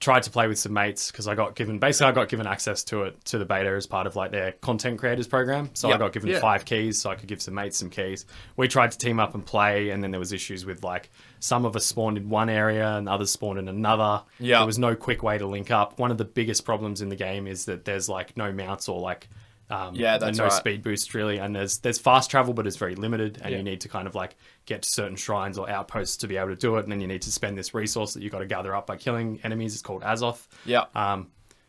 [SPEAKER 3] tried to play with some mates because I got given basically I got given access to it to the beta as part of like their content creators program. So
[SPEAKER 1] Yep.
[SPEAKER 3] I got given
[SPEAKER 2] Yeah.
[SPEAKER 3] five keys so I could give some mates some keys. We tried to team up and play, and then there was issues with like some of us spawned in one area and others spawned in another.
[SPEAKER 1] Yeah.
[SPEAKER 3] there was no quick way to link up. One of the biggest problems in the game is that there's like no mounts or like. Um,
[SPEAKER 1] Yeah,
[SPEAKER 3] and
[SPEAKER 1] that's
[SPEAKER 3] no
[SPEAKER 1] right.
[SPEAKER 3] speed boost really, and there's there's fast travel, but it's very limited, and
[SPEAKER 2] Yeah.
[SPEAKER 3] you need to kind of like get to certain shrines or outposts to be able to do it, and then you need to spend this resource that you got to gather up by killing enemies. It's called Azoth.
[SPEAKER 1] Yeah.
[SPEAKER 3] Um,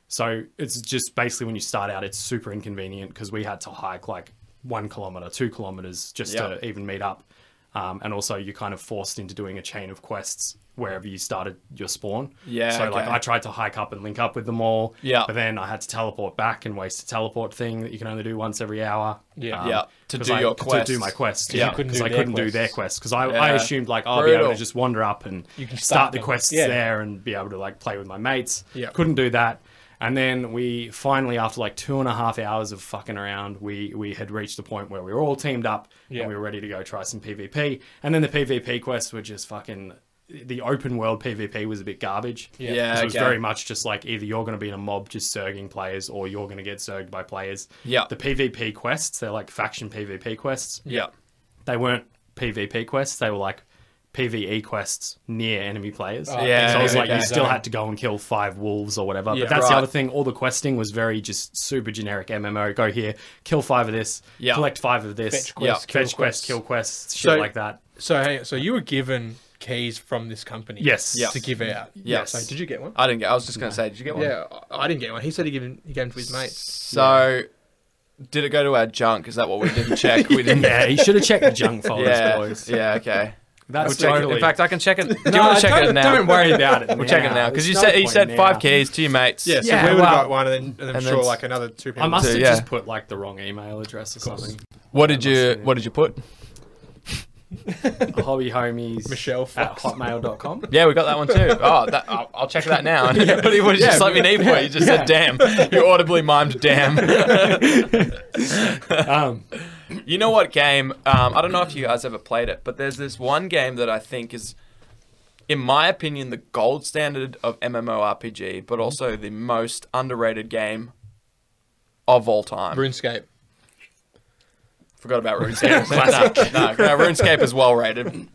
[SPEAKER 3] so it's just basically when you start out, it's super inconvenient because we had to hike like one kilometer, two kilometers just
[SPEAKER 1] Yeah.
[SPEAKER 3] to even meet up. Um, and also, you're kind of forced into doing a chain of quests wherever you started your spawn.
[SPEAKER 1] Yeah,
[SPEAKER 3] So, like,
[SPEAKER 1] okay.
[SPEAKER 3] I tried to hike up and link up with them all.
[SPEAKER 1] Yeah.
[SPEAKER 3] But then I had to teleport back and waste a teleport thing that you can only do once every hour. Um,
[SPEAKER 2] Yeah.
[SPEAKER 1] Yeah, to
[SPEAKER 3] 'cause
[SPEAKER 1] do
[SPEAKER 3] I-
[SPEAKER 1] your
[SPEAKER 3] To do
[SPEAKER 1] quests.
[SPEAKER 3] my quest.
[SPEAKER 1] Yeah.
[SPEAKER 3] Yeah.
[SPEAKER 1] You
[SPEAKER 2] couldn't
[SPEAKER 3] Because
[SPEAKER 2] do
[SPEAKER 3] I
[SPEAKER 2] their
[SPEAKER 3] couldn't do
[SPEAKER 2] quests.
[SPEAKER 3] their quests. Because I, I
[SPEAKER 1] Yeah.
[SPEAKER 3] assumed, like, I'll be able
[SPEAKER 1] Brutal.
[SPEAKER 3] to just wander up and
[SPEAKER 2] You can
[SPEAKER 3] start
[SPEAKER 2] start
[SPEAKER 3] the
[SPEAKER 2] them.
[SPEAKER 3] quests
[SPEAKER 2] Yeah.
[SPEAKER 3] there and be able to, like, play with my mates.
[SPEAKER 2] Yeah.
[SPEAKER 3] Couldn't do that. And then we finally, after like two and a half hours of fucking around, we we had reached the point where we were all teamed up
[SPEAKER 2] Yeah.
[SPEAKER 3] and we were ready to go try some PvP. And then the PvP quests were just fucking. The open world PvP was a bit garbage.
[SPEAKER 2] Yeah.
[SPEAKER 1] Yeah,
[SPEAKER 3] 'Cause It was
[SPEAKER 1] okay.
[SPEAKER 3] very much just like either you're going to be in a mob just zerging players, or you're going to get zerged by players.
[SPEAKER 1] Yeah.
[SPEAKER 3] The PvP quests, they're like faction PvP quests.
[SPEAKER 1] Yeah.
[SPEAKER 3] They weren't PvP quests. They were like PVE quests near enemy players.
[SPEAKER 2] Oh,
[SPEAKER 1] Yeah,
[SPEAKER 3] So it was
[SPEAKER 1] yeah,
[SPEAKER 3] like
[SPEAKER 1] yeah.
[SPEAKER 3] you still had to go and kill five wolves or whatever.
[SPEAKER 2] Yeah.
[SPEAKER 3] but that's the
[SPEAKER 1] Right.
[SPEAKER 3] other thing. All the questing was very just super generic MMO. Go here, kill five of this,
[SPEAKER 1] Yeah.
[SPEAKER 3] collect five of this,
[SPEAKER 2] Fetch quests,
[SPEAKER 1] Yeah.
[SPEAKER 2] kill
[SPEAKER 3] fetch quest,
[SPEAKER 2] quests.
[SPEAKER 3] kill quests, shit
[SPEAKER 2] So-
[SPEAKER 3] like that.
[SPEAKER 2] So hang on, so you were given keys from this company.
[SPEAKER 3] Yes.
[SPEAKER 1] Yeah.
[SPEAKER 2] To give out.
[SPEAKER 1] Yes.
[SPEAKER 2] So did you get one?
[SPEAKER 1] I didn't get. I was just gonna say, did you get one?
[SPEAKER 2] Yeah, I I didn't get one. He said he gave him, he gave him to his mates.
[SPEAKER 1] So, did it go to our junk? Is that what we didn't check? We didn't.
[SPEAKER 3] Yeah, you should have checked the junk folders,
[SPEAKER 1] Yeah.
[SPEAKER 3] boys.
[SPEAKER 1] Yeah. Okay.
[SPEAKER 3] That's
[SPEAKER 1] We'll check it.
[SPEAKER 3] totally.
[SPEAKER 1] In fact, I can check it. Do you
[SPEAKER 3] No,
[SPEAKER 1] want to check
[SPEAKER 3] don't,
[SPEAKER 1] it now?
[SPEAKER 3] Don't worry about it.
[SPEAKER 1] We'll check it now because you said he said five keys to your mates.
[SPEAKER 2] Yeah, so
[SPEAKER 3] Yeah,
[SPEAKER 2] we would have
[SPEAKER 3] wow.
[SPEAKER 2] got one, and then, and then
[SPEAKER 1] And
[SPEAKER 2] I'm sure
[SPEAKER 1] then-
[SPEAKER 2] like another two people.
[SPEAKER 3] I must have
[SPEAKER 1] Yeah.
[SPEAKER 3] just put like the wrong email address or something.
[SPEAKER 1] What did you
[SPEAKER 3] Yeah.
[SPEAKER 1] What did you put?
[SPEAKER 3] Hobby homies
[SPEAKER 2] Michelle
[SPEAKER 3] at
[SPEAKER 2] Fox.
[SPEAKER 3] hotmail.com.
[SPEAKER 1] Yeah, we got that one too. Oh, that, I'll, I'll check that now. but it was just
[SPEAKER 3] Yeah.
[SPEAKER 1] like me need for it. You just said "damn." You audibly mimed "damn."
[SPEAKER 3] Um,
[SPEAKER 1] you know what game? Um, I don't know if you guys ever played it, but there's this one game that I think is, in my opinion, the gold standard of MMORPG, but also the most underrated game of all time.
[SPEAKER 2] RuneScape.
[SPEAKER 1] Forgot about RuneScape. no, no, no, RuneScape is well rated.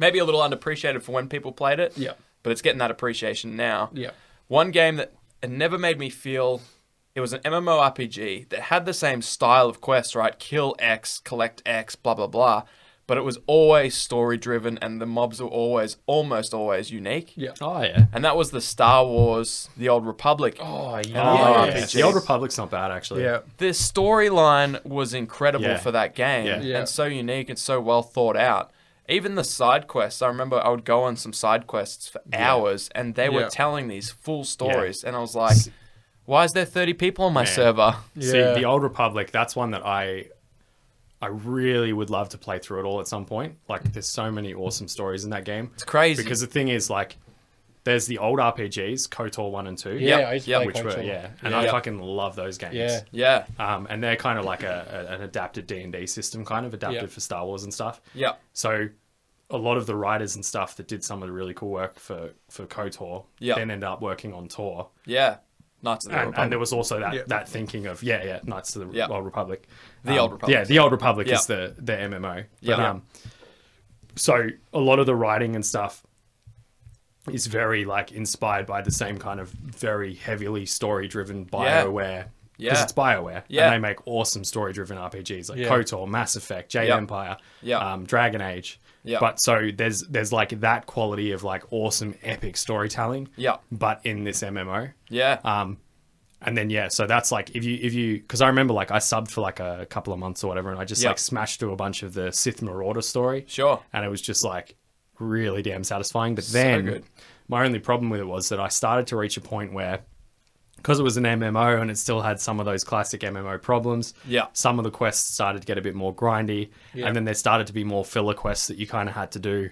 [SPEAKER 1] Maybe a little underappreciated for when people played it.
[SPEAKER 2] Yeah.
[SPEAKER 1] But it's getting that appreciation now.
[SPEAKER 2] Yeah.
[SPEAKER 1] One game that it never made me feel it was an MMORPG that had the same style of quests, right? Kill X, collect X, blah blah blah. But it was always story driven and the mobs were always almost always unique.
[SPEAKER 2] Yeah.
[SPEAKER 3] oh, yeah.
[SPEAKER 1] And that was the Star Wars The Old Republic.
[SPEAKER 2] Oh
[SPEAKER 1] yeah.
[SPEAKER 2] yeah.
[SPEAKER 1] yes.
[SPEAKER 3] The Old Republic's not bad, actually.
[SPEAKER 2] Yeah.
[SPEAKER 1] the storyline was incredible
[SPEAKER 3] Yeah.
[SPEAKER 1] for that game
[SPEAKER 3] Yeah.
[SPEAKER 2] Yeah.
[SPEAKER 1] and so unique and so well thought out. Even the side quests, I remember I would go on some side quests for hours and they were
[SPEAKER 2] Yeah.
[SPEAKER 1] telling these full stories. And I was like, why is there 30 people on my
[SPEAKER 3] Man.
[SPEAKER 1] server?
[SPEAKER 3] See,
[SPEAKER 2] Yeah.
[SPEAKER 3] the Old Republic, that's one that I I really would love to play through it all at some point. Like, there's so many awesome stories in that game.
[SPEAKER 1] It's crazy.
[SPEAKER 3] Because the thing is, like, There's the old RPGs, KOTOR one and two.
[SPEAKER 1] Yeah,
[SPEAKER 4] I used to
[SPEAKER 1] yeah,
[SPEAKER 4] play
[SPEAKER 3] Which were
[SPEAKER 4] KOTOR.
[SPEAKER 3] yeah, and
[SPEAKER 4] yeah.
[SPEAKER 3] I fucking love those games.
[SPEAKER 4] Yeah.
[SPEAKER 1] Yeah.
[SPEAKER 3] um, and they're kind of like a, a an adapted D and D system, kind of adapted
[SPEAKER 4] Yeah.
[SPEAKER 3] for Star Wars and stuff.
[SPEAKER 1] Yeah.
[SPEAKER 3] So a lot of the writers and stuff that did some of the really cool work for for KOTOR
[SPEAKER 1] Yeah.
[SPEAKER 3] then ended up working on Tor.
[SPEAKER 1] Yeah. Knights of the
[SPEAKER 3] And, and there was also that
[SPEAKER 2] Yeah.
[SPEAKER 3] that thinking of yeah yeah Knights of the
[SPEAKER 1] Yeah.
[SPEAKER 3] Old Republic, Um,
[SPEAKER 1] The Old Republic,
[SPEAKER 3] yeah the Old Republic is
[SPEAKER 1] Yeah.
[SPEAKER 3] the the MMO. But,
[SPEAKER 1] Yeah.
[SPEAKER 3] um, so a lot of the writing and stuff is very like inspired by the same kind of very heavily story driven
[SPEAKER 1] Yeah.
[SPEAKER 3] Bioware. Because
[SPEAKER 1] Yeah.
[SPEAKER 3] it's Bioware,
[SPEAKER 1] Yeah.
[SPEAKER 3] and they make awesome story-driven RPGs like
[SPEAKER 4] Yeah.
[SPEAKER 3] KOTOR, Mass Effect, Jade
[SPEAKER 1] Yeah.
[SPEAKER 3] Empire,
[SPEAKER 1] Yeah.
[SPEAKER 3] um, Dragon Age.
[SPEAKER 1] Yeah.
[SPEAKER 3] But so there's there's like that quality of like awesome epic storytelling.
[SPEAKER 1] Yeah.
[SPEAKER 3] But in this MMO.
[SPEAKER 1] Yeah.
[SPEAKER 3] Um, and then yeah, so that's like if you if you because I remember like I subbed for like a couple of months or whatever, and I just
[SPEAKER 1] Yeah.
[SPEAKER 3] like smashed through a bunch of the Sith Marauder story.
[SPEAKER 1] Sure.
[SPEAKER 3] And it was just like really damn satisfying. But then
[SPEAKER 1] good.
[SPEAKER 3] my only problem with it was that I started to reach a point where because it was an MMO and it still had some of those classic MMO problems.
[SPEAKER 1] Yeah.
[SPEAKER 3] Some of the quests started to get a bit more grindy, and then there started to be more filler quests that you kind of had to do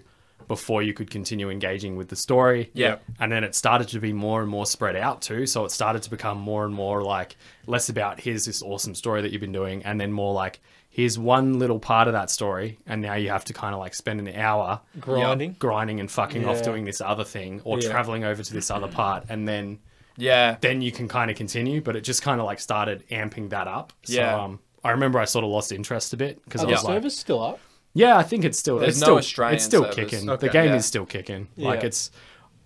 [SPEAKER 3] before you could continue engaging with the story.
[SPEAKER 1] Yeah.
[SPEAKER 3] And then it started to be more and more spread out too, so it started to become more and more like less about here's this awesome story that you've been doing and then more like here's one little part of that story and now you have to kind of like spend an hour
[SPEAKER 4] Grinding.
[SPEAKER 3] grinding and fucking off
[SPEAKER 4] Yeah.
[SPEAKER 3] doing this other thing or
[SPEAKER 4] Yeah.
[SPEAKER 3] traveling over to this other part and then
[SPEAKER 1] yeah.
[SPEAKER 3] then you can kind of continue. But it just kind of like started amping that up. So,
[SPEAKER 1] Yeah.
[SPEAKER 3] um, I remember I sort of lost interest a bit because I
[SPEAKER 4] Are the
[SPEAKER 3] was like,
[SPEAKER 4] servers still up?
[SPEAKER 3] yeah, I think it's still
[SPEAKER 1] There's
[SPEAKER 3] it's
[SPEAKER 1] no
[SPEAKER 3] still
[SPEAKER 1] Australian
[SPEAKER 3] it's still
[SPEAKER 1] servers.
[SPEAKER 3] kicking.
[SPEAKER 2] Okay.
[SPEAKER 3] the game
[SPEAKER 1] Yeah.
[SPEAKER 3] is still kicking. Like
[SPEAKER 4] Yeah.
[SPEAKER 3] it's,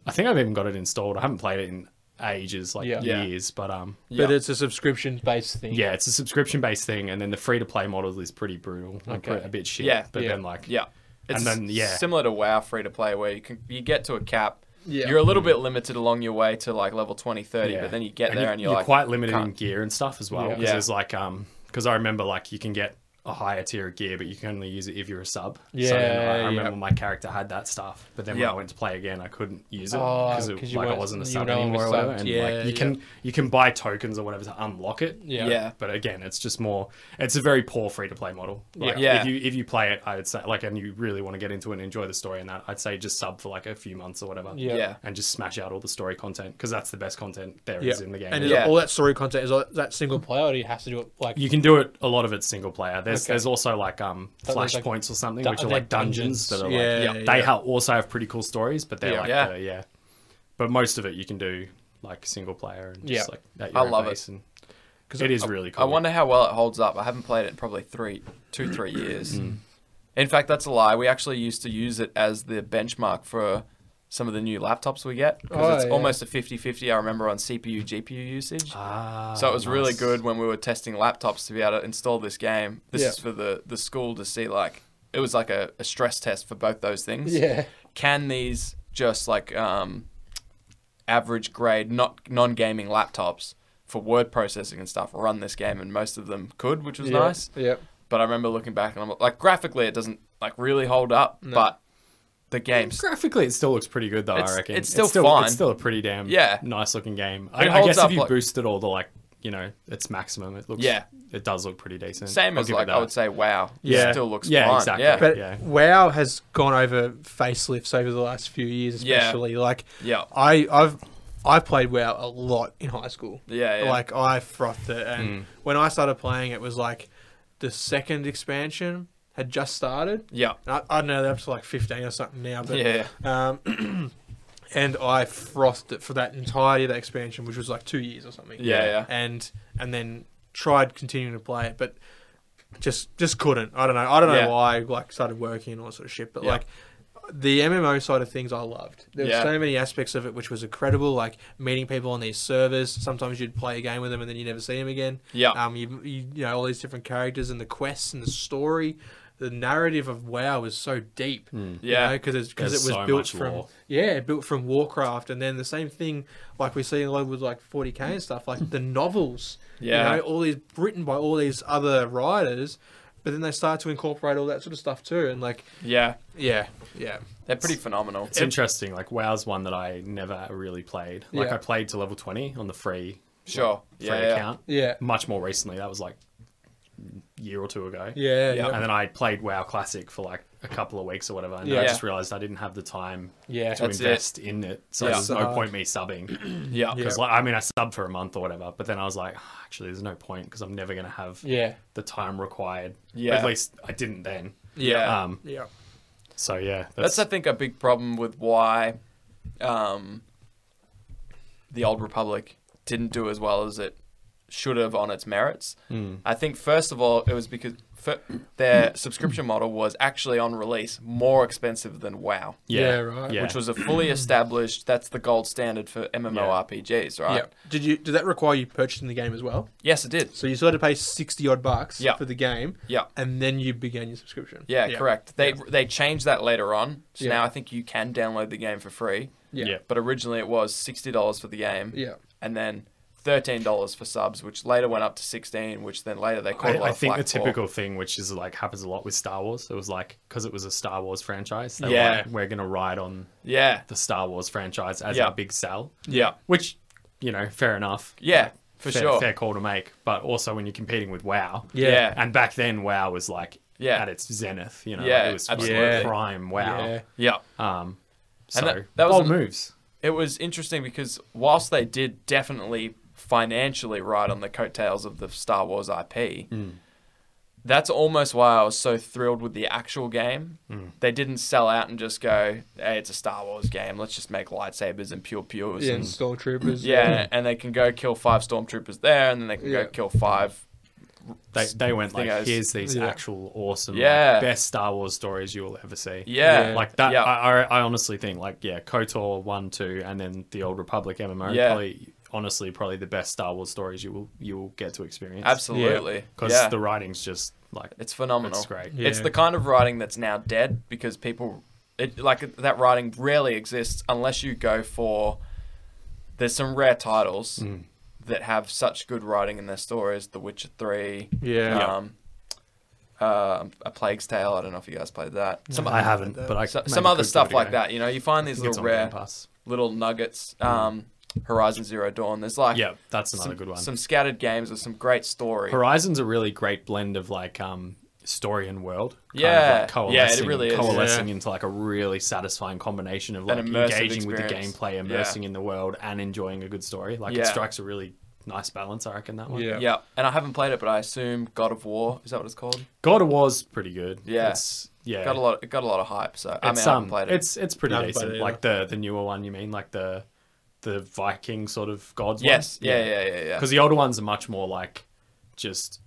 [SPEAKER 3] I think I've even got it installed. I haven't played it in ages, like
[SPEAKER 4] Yeah.
[SPEAKER 1] Yeah.
[SPEAKER 3] years. But um,
[SPEAKER 4] But
[SPEAKER 1] Yeah.
[SPEAKER 4] it's a subscription based thing.
[SPEAKER 3] yeah, it's a subscription based thing, and then the free to play model is pretty brutal. Like
[SPEAKER 4] Okay.
[SPEAKER 3] a bit shit.
[SPEAKER 1] Yeah.
[SPEAKER 3] but
[SPEAKER 4] Yeah.
[SPEAKER 3] then like
[SPEAKER 1] Yeah. It's
[SPEAKER 3] And then, yeah.
[SPEAKER 1] similar to WoW free to play where you can you get to a cap.
[SPEAKER 2] Yeah.
[SPEAKER 1] You're a little bit limited along your way to like level 20, 30,
[SPEAKER 3] Hmm. Yeah.
[SPEAKER 1] but then you get there and you're, like
[SPEAKER 3] quite limited in
[SPEAKER 1] can't-
[SPEAKER 3] gear and stuff as well.
[SPEAKER 4] Yeah.
[SPEAKER 3] Because
[SPEAKER 1] Yeah.
[SPEAKER 3] there's like um because I remember like you can get a higher tier of gear, but you can only use it if you're a sub. so then I, I
[SPEAKER 4] Yeah,
[SPEAKER 3] remember
[SPEAKER 4] yeah.
[SPEAKER 3] my character had that stuff, but then
[SPEAKER 1] Yeah.
[SPEAKER 3] when I went to play again, I couldn't use it
[SPEAKER 4] Oh,
[SPEAKER 3] because
[SPEAKER 4] 'cause
[SPEAKER 3] it
[SPEAKER 4] you
[SPEAKER 3] like I
[SPEAKER 4] weren't-
[SPEAKER 3] wasn't a
[SPEAKER 4] you
[SPEAKER 3] sub
[SPEAKER 4] were no
[SPEAKER 3] anymore.
[SPEAKER 4] longer
[SPEAKER 3] Or whatever,
[SPEAKER 4] subbed.
[SPEAKER 3] and
[SPEAKER 4] Yeah,
[SPEAKER 3] like you can you can buy tokens or whatever to unlock it.
[SPEAKER 4] Yeah.
[SPEAKER 1] Yeah.
[SPEAKER 3] But again, it's just more. It's a very poor free to play model. Like,
[SPEAKER 1] Yeah.
[SPEAKER 3] If you if you play it, I'd say like, and you really want to get into it and enjoy the story and that, I'd say just sub for like a few months or whatever.
[SPEAKER 4] Yeah.
[SPEAKER 1] Yeah.
[SPEAKER 3] And just smash out all the story content because that's the best content there is
[SPEAKER 2] Yeah.
[SPEAKER 3] in the game.
[SPEAKER 2] And
[SPEAKER 1] Yeah.
[SPEAKER 2] all that story content is all- that single
[SPEAKER 4] Play or do you have to do it like
[SPEAKER 3] You can do it. A lot of it's single player. There's
[SPEAKER 4] Okay.
[SPEAKER 3] there's also like um
[SPEAKER 4] But there's,
[SPEAKER 3] flashpoints
[SPEAKER 4] like,
[SPEAKER 3] or something,
[SPEAKER 4] du-
[SPEAKER 3] which are
[SPEAKER 4] they're
[SPEAKER 3] like dungeons, that are
[SPEAKER 2] Yeah,
[SPEAKER 3] like
[SPEAKER 2] yeah.
[SPEAKER 3] they ha- also have pretty cool stories, but they're
[SPEAKER 4] Yeah.
[SPEAKER 3] like
[SPEAKER 1] Yeah.
[SPEAKER 3] yeah. yeah. But most of it you can do like single player and just
[SPEAKER 4] Yeah.
[SPEAKER 3] like at
[SPEAKER 1] I
[SPEAKER 3] your own
[SPEAKER 1] love it.
[SPEAKER 3] pace and it is really cool.
[SPEAKER 1] I wonder how well it holds up. I haven't played it in probably three, two, three years.
[SPEAKER 3] Mm.
[SPEAKER 1] In fact, that's a lie. We actually used to use it as the benchmark for some of the new laptops we get because
[SPEAKER 4] Oh,
[SPEAKER 1] it's
[SPEAKER 4] yeah.
[SPEAKER 1] almost a 50-50, I remember, on CPU, GPU usage.
[SPEAKER 3] Ah,
[SPEAKER 1] so it was really
[SPEAKER 3] nice.
[SPEAKER 1] good when we were testing laptops to be able to install this game. This
[SPEAKER 4] Yeah.
[SPEAKER 1] is for the, the school to see, like, it was like a, a stress test for both those things.
[SPEAKER 4] Yeah.
[SPEAKER 1] Can these just, like, um, average grade, not non gaming laptops for word processing and stuff run this game, and most of them could, which was
[SPEAKER 4] yeah.
[SPEAKER 1] nice.
[SPEAKER 4] Yeah.
[SPEAKER 1] But I remember looking back and I'm like, graphically, it doesn't like really hold up, but the game's
[SPEAKER 3] Graphically, it still looks pretty good though.
[SPEAKER 1] It's-
[SPEAKER 3] I reckon
[SPEAKER 1] it's still fine.
[SPEAKER 3] It's still a pretty damn
[SPEAKER 1] Yeah.
[SPEAKER 3] nice looking game.
[SPEAKER 1] It
[SPEAKER 3] I, I
[SPEAKER 1] holds
[SPEAKER 3] guess
[SPEAKER 1] up,
[SPEAKER 3] if you
[SPEAKER 1] like-
[SPEAKER 3] boosted all the like you know its maximum, it looks
[SPEAKER 1] Yeah.
[SPEAKER 3] it does look pretty decent.
[SPEAKER 1] same
[SPEAKER 3] I'll
[SPEAKER 1] as
[SPEAKER 3] give it
[SPEAKER 1] like I
[SPEAKER 3] that.
[SPEAKER 1] would say, wow, yeah,
[SPEAKER 3] Yeah.
[SPEAKER 1] still looks
[SPEAKER 3] Yeah,
[SPEAKER 1] fine.
[SPEAKER 3] exactly.
[SPEAKER 1] Yeah,
[SPEAKER 2] But
[SPEAKER 3] Yeah.
[SPEAKER 2] WoW has gone over facelifts over the last few years,
[SPEAKER 1] Yeah.
[SPEAKER 2] especially. Like,
[SPEAKER 1] Yeah.
[SPEAKER 2] I, I've I played WoW a lot in high school.
[SPEAKER 1] Yeah, yeah.
[SPEAKER 2] like I frothed it, and when I started playing, it was like the second expansion had just started.
[SPEAKER 1] yeah,
[SPEAKER 2] And I, I don't know, they're up to like fifteen or something now, but
[SPEAKER 1] yeah,
[SPEAKER 2] um, and I frothed it for that entirety of that expansion, which was like two years or something.
[SPEAKER 1] yeah, yeah.
[SPEAKER 2] and and then tried continuing to play it, but just just couldn't. I don't know. I don't know
[SPEAKER 1] Yeah.
[SPEAKER 2] why. Like started working and all that sort of shit. But
[SPEAKER 1] Yeah.
[SPEAKER 2] like the MMO side of things, I loved. There were
[SPEAKER 1] Yeah.
[SPEAKER 2] so many aspects of it which was incredible. Like meeting people on these servers. Sometimes you'd play a game with them and then you never see them again.
[SPEAKER 1] Yeah.
[SPEAKER 2] Um. You you, you know all these different characters and the quests and the story. The narrative of WoW is so deep,
[SPEAKER 1] Yeah.
[SPEAKER 2] because because it
[SPEAKER 3] Hmm. There's
[SPEAKER 2] was
[SPEAKER 3] so
[SPEAKER 2] built
[SPEAKER 3] much
[SPEAKER 2] from
[SPEAKER 3] lore.
[SPEAKER 2] yeah, built from Warcraft, and then the same thing like we see a lot with like 40k and stuff, like the novels.
[SPEAKER 1] Yeah.
[SPEAKER 2] You know, all these written by all these other writers, but then they start to incorporate all that sort of stuff too, and like
[SPEAKER 1] yeah.
[SPEAKER 2] yeah, yeah,
[SPEAKER 1] They're pretty phenomenal.
[SPEAKER 3] It's interesting. Like WoW's one that I never really played. Like
[SPEAKER 2] Yeah.
[SPEAKER 3] I played to level twenty on the free
[SPEAKER 1] Sure.
[SPEAKER 3] free
[SPEAKER 1] Yeah, yeah.
[SPEAKER 3] account.
[SPEAKER 2] yeah,
[SPEAKER 3] Much more recently, that was like year or two ago.
[SPEAKER 2] Yeah,
[SPEAKER 1] Yeah.
[SPEAKER 2] yeah.
[SPEAKER 3] And then I played WoW Classic for like a couple of weeks or whatever, and I
[SPEAKER 1] Yeah.
[SPEAKER 3] just realized I didn't have the time
[SPEAKER 4] Yeah.
[SPEAKER 3] to
[SPEAKER 1] That's it.
[SPEAKER 3] invest in it. So
[SPEAKER 1] Yeah.
[SPEAKER 3] there's no
[SPEAKER 2] Sucked.
[SPEAKER 3] point me subbing.
[SPEAKER 1] Yeah.
[SPEAKER 2] Yeah.
[SPEAKER 3] Because like I mean, I subbed for a month or whatever, but then I was like, "Ah, actually, there's no point because I'm never gonna have
[SPEAKER 4] Yeah.
[SPEAKER 3] the time required.
[SPEAKER 1] Yeah.
[SPEAKER 3] At least I didn't then.
[SPEAKER 1] Yeah.
[SPEAKER 3] Um.
[SPEAKER 2] yeah.
[SPEAKER 3] So yeah,
[SPEAKER 1] That's, I think, a big problem with why um, the Old Republic didn't do as well as it should have on its merits.
[SPEAKER 2] Hmm.
[SPEAKER 1] I think, first of all, it was because fir- their subscription model was actually on release more expensive than WoW,
[SPEAKER 3] yeah,
[SPEAKER 2] Yeah, right.
[SPEAKER 3] Yeah.
[SPEAKER 1] which was a fully established. That's the gold standard for MMORPGs, right?
[SPEAKER 2] Yeah. Did you? Did that require you purchasing the game as well?
[SPEAKER 1] Yes, it did.
[SPEAKER 2] So you sort of pay sixty odd bucks
[SPEAKER 1] Yeah.
[SPEAKER 2] for the game,
[SPEAKER 1] Yeah.
[SPEAKER 2] and then you began your subscription.
[SPEAKER 1] Yeah, correct. They
[SPEAKER 2] Yeah.
[SPEAKER 1] they changed that later on. So
[SPEAKER 2] Yeah.
[SPEAKER 1] now I think you can download the game for free.
[SPEAKER 2] Yeah.
[SPEAKER 3] Yeah.
[SPEAKER 1] But originally it was sixty dollars for the game.
[SPEAKER 2] Yeah.
[SPEAKER 1] And then thirteen dollars for subs, which later went up to sixteen, which then later they called.
[SPEAKER 3] I,
[SPEAKER 1] a lot
[SPEAKER 3] I
[SPEAKER 1] of
[SPEAKER 3] think the
[SPEAKER 1] flack for.
[SPEAKER 3] typical thing, which is like happens a lot with Star Wars, it was like because it was a Star Wars franchise, they
[SPEAKER 1] Yeah.
[SPEAKER 3] were like, we're gonna ride on
[SPEAKER 1] Yeah.
[SPEAKER 3] the Star Wars franchise as
[SPEAKER 1] Yeah.
[SPEAKER 3] our big sell,
[SPEAKER 1] Yeah.
[SPEAKER 3] which you know, fair enough,
[SPEAKER 1] Yeah. For
[SPEAKER 3] fair,
[SPEAKER 1] sure.
[SPEAKER 3] fair call to make. But also when you're competing with WoW,
[SPEAKER 1] Yeah. Yeah.
[SPEAKER 3] and back then WoW was like
[SPEAKER 1] Yeah.
[SPEAKER 3] at its zenith, you know, like,
[SPEAKER 1] Yeah,
[SPEAKER 3] it was like
[SPEAKER 1] absolutely.
[SPEAKER 3] prime WoW.
[SPEAKER 4] Yeah.
[SPEAKER 3] Um, so
[SPEAKER 1] that- that was
[SPEAKER 3] bold
[SPEAKER 1] an-
[SPEAKER 3] moves.
[SPEAKER 1] It was interesting because whilst they did definitely financially ride on the coattails of the Star Wars IP,
[SPEAKER 2] Mm.
[SPEAKER 1] that's almost why I was so thrilled with the actual game.
[SPEAKER 3] Mm.
[SPEAKER 1] They didn't sell out and just go, "Hey, it's a Star Wars game. Let's just make lightsabers and pure pures."
[SPEAKER 2] Yeah, and
[SPEAKER 1] and,
[SPEAKER 2] stormtroopers.
[SPEAKER 1] yeah, and they can go kill five stormtroopers there, and then they can
[SPEAKER 2] Yeah.
[SPEAKER 1] go kill five.
[SPEAKER 3] They, they went
[SPEAKER 1] thing
[SPEAKER 3] like,
[SPEAKER 1] is-
[SPEAKER 3] here's these
[SPEAKER 2] Yeah.
[SPEAKER 3] actual awesome, like,
[SPEAKER 1] Yeah.
[SPEAKER 3] best Star Wars stories you will ever see.
[SPEAKER 1] Yeah,
[SPEAKER 3] like that.
[SPEAKER 1] Yeah.
[SPEAKER 3] I, I, I honestly think like yeah, KOTOR one, two, and then the Old Republic MMO.
[SPEAKER 1] Yeah.
[SPEAKER 3] Probably, honestly, probably the best Star Wars stories you will you will get to experience.
[SPEAKER 1] absolutely.
[SPEAKER 3] because
[SPEAKER 1] yeah.
[SPEAKER 3] the writing's just like
[SPEAKER 1] It's phenomenal.
[SPEAKER 3] It's great.
[SPEAKER 1] It's
[SPEAKER 2] Yeah.
[SPEAKER 1] the kind of writing that's now dead because people, it, like that writing rarely exists unless you go for. There's some rare titles
[SPEAKER 3] Hmm.
[SPEAKER 1] that have such good writing in their stories. The Witcher Three.
[SPEAKER 2] Yeah.
[SPEAKER 1] Um, uh, A Plague's Tale. I don't know if you guys played that. Some
[SPEAKER 3] I haven't, but I
[SPEAKER 1] so,
[SPEAKER 3] maybe
[SPEAKER 1] some other
[SPEAKER 3] could give it
[SPEAKER 1] stuff
[SPEAKER 3] a
[SPEAKER 1] like
[SPEAKER 3] go.
[SPEAKER 1] that. You know, you find these
[SPEAKER 3] It's
[SPEAKER 1] little
[SPEAKER 3] on Game
[SPEAKER 1] rare
[SPEAKER 3] Pass.
[SPEAKER 1] little nuggets. Um, Horizon Zero Dawn. There's like
[SPEAKER 3] Yeah, that's another
[SPEAKER 1] some,
[SPEAKER 3] good one.
[SPEAKER 1] some scattered games with some great story.
[SPEAKER 3] Horizon's a really great blend of like um story and world. kind
[SPEAKER 1] Yeah.
[SPEAKER 3] of like
[SPEAKER 1] Yeah, it
[SPEAKER 3] coalescing,
[SPEAKER 1] really is.
[SPEAKER 3] coalescing
[SPEAKER 2] Yeah.
[SPEAKER 3] into like a really satisfying combination of like
[SPEAKER 1] An immersive
[SPEAKER 3] engaging with the
[SPEAKER 1] experience.
[SPEAKER 3] gameplay, immersing in the world, and enjoying a good story. Like
[SPEAKER 1] Yeah.
[SPEAKER 3] it strikes a really nice balance, I reckon that one.
[SPEAKER 2] Yeah.
[SPEAKER 1] yeah, and I haven't played it, but I assume God of War is that what it's called?
[SPEAKER 3] God of War's pretty good.
[SPEAKER 1] Yeah.
[SPEAKER 3] It's, yeah.
[SPEAKER 1] Got a lot. It got a lot of hype. So I mean,
[SPEAKER 3] It's,
[SPEAKER 1] I
[SPEAKER 3] um,
[SPEAKER 1] haven't played it.
[SPEAKER 3] It's it's pretty
[SPEAKER 2] I haven't played
[SPEAKER 3] decent.
[SPEAKER 2] it
[SPEAKER 3] Like the the newer one, you mean? Like the the Viking sort of gods. one?
[SPEAKER 1] yes. Yeah. Yeah. Yeah. Yeah.
[SPEAKER 3] Because the older ones are much more like just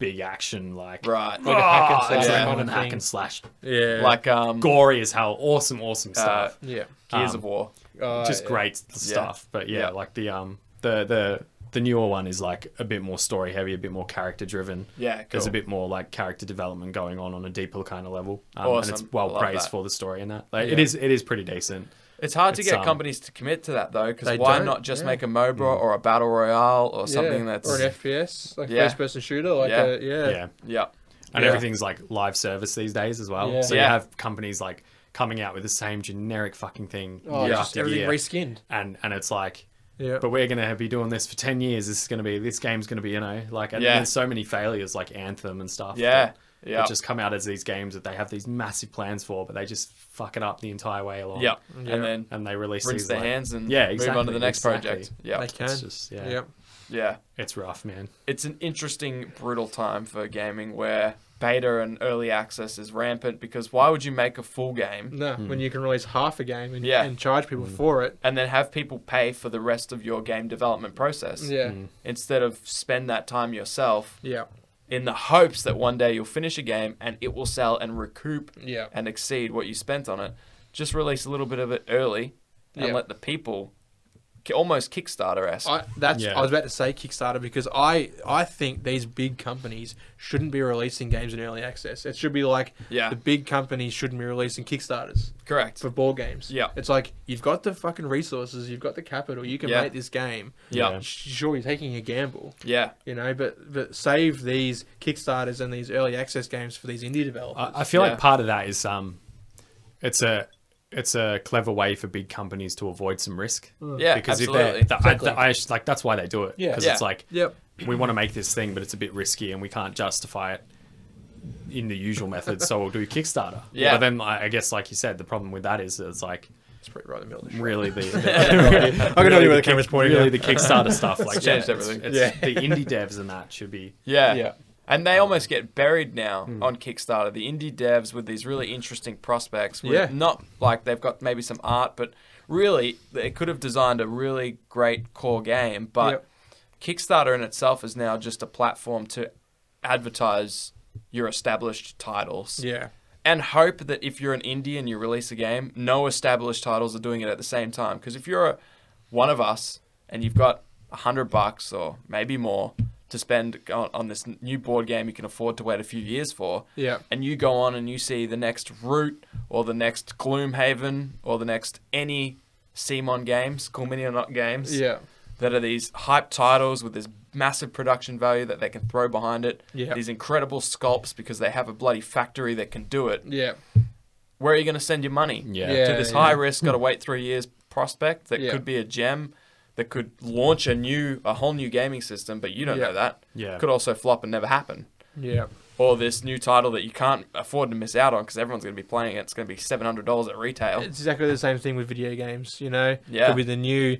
[SPEAKER 3] big action, like
[SPEAKER 1] Right.
[SPEAKER 4] Like a hack and
[SPEAKER 3] Ah,
[SPEAKER 4] slash
[SPEAKER 3] it's
[SPEAKER 1] yeah.
[SPEAKER 3] more
[SPEAKER 4] kind
[SPEAKER 3] than
[SPEAKER 4] of
[SPEAKER 3] hack
[SPEAKER 4] thing.
[SPEAKER 3] and slash.
[SPEAKER 2] Yeah.
[SPEAKER 1] Like um, uh,
[SPEAKER 3] Gory as hell, awesome, awesome stuff.
[SPEAKER 2] yeah.
[SPEAKER 1] Gears
[SPEAKER 3] um,
[SPEAKER 1] of War.
[SPEAKER 2] Uh,
[SPEAKER 3] just
[SPEAKER 2] yeah.
[SPEAKER 3] great stuff. But yeah,
[SPEAKER 1] Yeah.
[SPEAKER 3] like the um the the the newer one is like a bit more story heavy, a bit more character driven.
[SPEAKER 1] Yeah,
[SPEAKER 3] There's a
[SPEAKER 1] cool.
[SPEAKER 3] bit more like character development going on on a deeper kind of level. Um, And
[SPEAKER 1] Awesome.
[SPEAKER 3] it's well
[SPEAKER 1] I love
[SPEAKER 3] praised
[SPEAKER 1] that.
[SPEAKER 3] for the story and that. Like, It is it is pretty decent.
[SPEAKER 1] It's hard to
[SPEAKER 3] it's,
[SPEAKER 1] get
[SPEAKER 3] um,
[SPEAKER 1] companies to commit to that though, because
[SPEAKER 2] They
[SPEAKER 1] why
[SPEAKER 2] don't,
[SPEAKER 1] not just
[SPEAKER 2] yeah.
[SPEAKER 1] make a MOBA
[SPEAKER 3] Mm.
[SPEAKER 1] or a battle royale or something
[SPEAKER 2] yeah.
[SPEAKER 1] that's
[SPEAKER 2] or an FPS, like
[SPEAKER 1] Yeah.
[SPEAKER 2] first person shooter, like
[SPEAKER 1] Yeah.
[SPEAKER 2] yeah, a, yeah.
[SPEAKER 3] Yeah.
[SPEAKER 1] yeah.
[SPEAKER 3] And
[SPEAKER 1] Yeah.
[SPEAKER 3] everything's like live service these days as well.
[SPEAKER 4] Yeah.
[SPEAKER 3] So
[SPEAKER 1] Yeah.
[SPEAKER 3] you have companies like coming out with the same generic fucking thing
[SPEAKER 4] Oh,
[SPEAKER 3] year
[SPEAKER 4] yeah.
[SPEAKER 3] after
[SPEAKER 4] everything
[SPEAKER 3] year.
[SPEAKER 4] reskinned.
[SPEAKER 3] and and it's like
[SPEAKER 2] Yeah.
[SPEAKER 3] but we're gonna be doing this for 10 years this is gonna be this game's gonna be you know like and
[SPEAKER 1] Yeah.
[SPEAKER 3] there's so many failures like anthem and stuff
[SPEAKER 1] Yeah,
[SPEAKER 3] that,
[SPEAKER 1] yeah.
[SPEAKER 3] that just come out as these games that they have these massive plans for but they just fuck it up the entire way along
[SPEAKER 1] yeah,
[SPEAKER 2] Yeah.
[SPEAKER 1] and then
[SPEAKER 3] and they release
[SPEAKER 1] rinse
[SPEAKER 3] these,
[SPEAKER 1] their
[SPEAKER 3] like-
[SPEAKER 1] hands and move
[SPEAKER 3] yeah
[SPEAKER 1] on to
[SPEAKER 3] exactly,
[SPEAKER 1] the next
[SPEAKER 3] exactly.
[SPEAKER 1] project. Yeah,
[SPEAKER 2] They can.
[SPEAKER 3] it's just yeah,
[SPEAKER 2] yeah.
[SPEAKER 1] yeah.
[SPEAKER 3] it's rough man
[SPEAKER 1] It's an interesting, brutal time for gaming where beta and early access is rampant. Because why would you make a full game
[SPEAKER 2] No, when
[SPEAKER 3] Hmm.
[SPEAKER 2] you can release half a game and,
[SPEAKER 1] Yeah.
[SPEAKER 2] and charge people for it.
[SPEAKER 1] and then have people pay for the rest of your game development process
[SPEAKER 2] Yeah.
[SPEAKER 3] Hmm.
[SPEAKER 1] instead of spend that time yourself
[SPEAKER 2] Yeah.
[SPEAKER 1] in the hopes that one day you'll finish a game and it will sell and recoup
[SPEAKER 2] Yeah.
[SPEAKER 1] and exceed what you spent on it. Just release a little bit of it early and
[SPEAKER 2] Yeah.
[SPEAKER 1] let the people ki- almost Kickstarter esque.
[SPEAKER 2] I, that's
[SPEAKER 3] Yeah.
[SPEAKER 2] I was about to say Kickstarter because I I think these big companies shouldn't be releasing games in early access. It should be like
[SPEAKER 1] Yeah.
[SPEAKER 2] the big companies shouldn't be releasing Kickstarters
[SPEAKER 1] Correct.
[SPEAKER 2] for board games.
[SPEAKER 1] Yeah.
[SPEAKER 2] it's like you've got the fucking resources, you've got the capital, you can
[SPEAKER 1] Yeah.
[SPEAKER 2] make this game.
[SPEAKER 1] Yeah.
[SPEAKER 2] sure, you're taking a gamble,
[SPEAKER 1] yeah.
[SPEAKER 2] you know, but but save these Kickstarters and these early access games for these indie developers.
[SPEAKER 3] I, I feel
[SPEAKER 1] Yeah.
[SPEAKER 3] like part of that is um, it's a it's a clever way for big companies to avoid some risk.
[SPEAKER 1] Yeah,
[SPEAKER 3] because
[SPEAKER 1] absolutely.
[SPEAKER 3] if they're the- I-
[SPEAKER 4] Mm. Exactly.
[SPEAKER 3] the- I, just- like that's why they do it.
[SPEAKER 4] Yeah.
[SPEAKER 3] because
[SPEAKER 1] Yeah.
[SPEAKER 3] it's like
[SPEAKER 2] Yep.
[SPEAKER 3] we want to make this thing, but it's a bit risky, and we can't justify it in the usual method. so we'll do Kickstarter.
[SPEAKER 1] Yeah.
[SPEAKER 3] but then I I guess like you said, the problem with that is that it's like
[SPEAKER 2] It's pretty right in the middle. Of the
[SPEAKER 3] really the,
[SPEAKER 2] I can tell you where the camera's pointing.
[SPEAKER 3] really
[SPEAKER 2] Really
[SPEAKER 3] the Kickstarter stuff like
[SPEAKER 1] It's
[SPEAKER 3] yeah,
[SPEAKER 1] changed
[SPEAKER 3] it's-
[SPEAKER 1] everything.
[SPEAKER 3] it's the indie devs and that should be
[SPEAKER 1] Yeah.
[SPEAKER 4] Yeah.
[SPEAKER 1] And they almost get buried now on Kickstarter. The indie devs with these really interesting prospects. With
[SPEAKER 2] Yeah.
[SPEAKER 1] Not like they've got maybe some art, but really they could have designed a really great core game. But
[SPEAKER 2] Yep.
[SPEAKER 1] Kickstarter in itself is now just a platform to advertise your established titles
[SPEAKER 2] yeah.
[SPEAKER 1] and hope that if you're an indie and you release a game, no established titles are doing it at the same time. Because if you're a, one of us and you've got a hundred bucks or maybe more to spend on, on this new board game you can afford to wait a few years for,
[SPEAKER 2] Yeah.
[SPEAKER 1] and you go on and you see the next Root or the next Gloomhaven or the next any Simon games, Cool Mini or Not games,
[SPEAKER 2] Yeah.
[SPEAKER 1] that are these hype titles with this massive production value that they can throw behind it.
[SPEAKER 2] Yeah.
[SPEAKER 1] These incredible sculpts because they have a bloody factory that can do it.
[SPEAKER 2] Yeah.
[SPEAKER 1] Where are you going to send your money?
[SPEAKER 3] yeah.
[SPEAKER 2] Yeah.
[SPEAKER 1] To this high risk, got to wait three years prospect that
[SPEAKER 2] Yeah.
[SPEAKER 1] could be a gem that could launch a new, a whole new gaming system, but you don't
[SPEAKER 2] Yeah.
[SPEAKER 1] know that.
[SPEAKER 3] Yeah.
[SPEAKER 1] Could also flop and never happen.
[SPEAKER 2] Yeah.
[SPEAKER 1] Or this new title that you can't afford to miss out on because everyone's going to be playing it. It's going to be seven hundred dollars at retail.
[SPEAKER 2] It's exactly the same thing with video games, you know?
[SPEAKER 1] Oh. Yeah.
[SPEAKER 2] Could be the new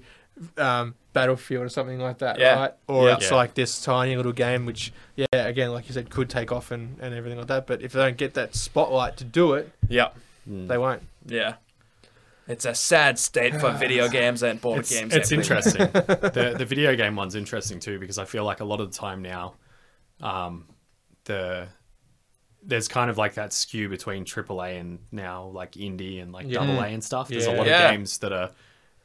[SPEAKER 2] um, Battlefield or something like that,
[SPEAKER 1] Yeah.
[SPEAKER 2] right? Or
[SPEAKER 1] Yeah.
[SPEAKER 2] it's
[SPEAKER 3] Yeah.
[SPEAKER 2] like this tiny little game which, yeah, again, like you said, could take off and, and everything like that. But if they don't get that spotlight to do it,
[SPEAKER 1] Yeah, Hmm.
[SPEAKER 2] they won't.
[SPEAKER 1] yeah. It's a sad state for video games and board
[SPEAKER 3] it's,
[SPEAKER 1] games.
[SPEAKER 3] it's
[SPEAKER 1] everything.
[SPEAKER 3] interesting. the the video game one's interesting too because I feel like a lot of the time now, um, the there's kind of like that skew between AAA and now like indie and like
[SPEAKER 2] Yeah.
[SPEAKER 3] double A and stuff. There's a
[SPEAKER 4] Yeah.
[SPEAKER 3] lot
[SPEAKER 1] Yeah.
[SPEAKER 3] of games that are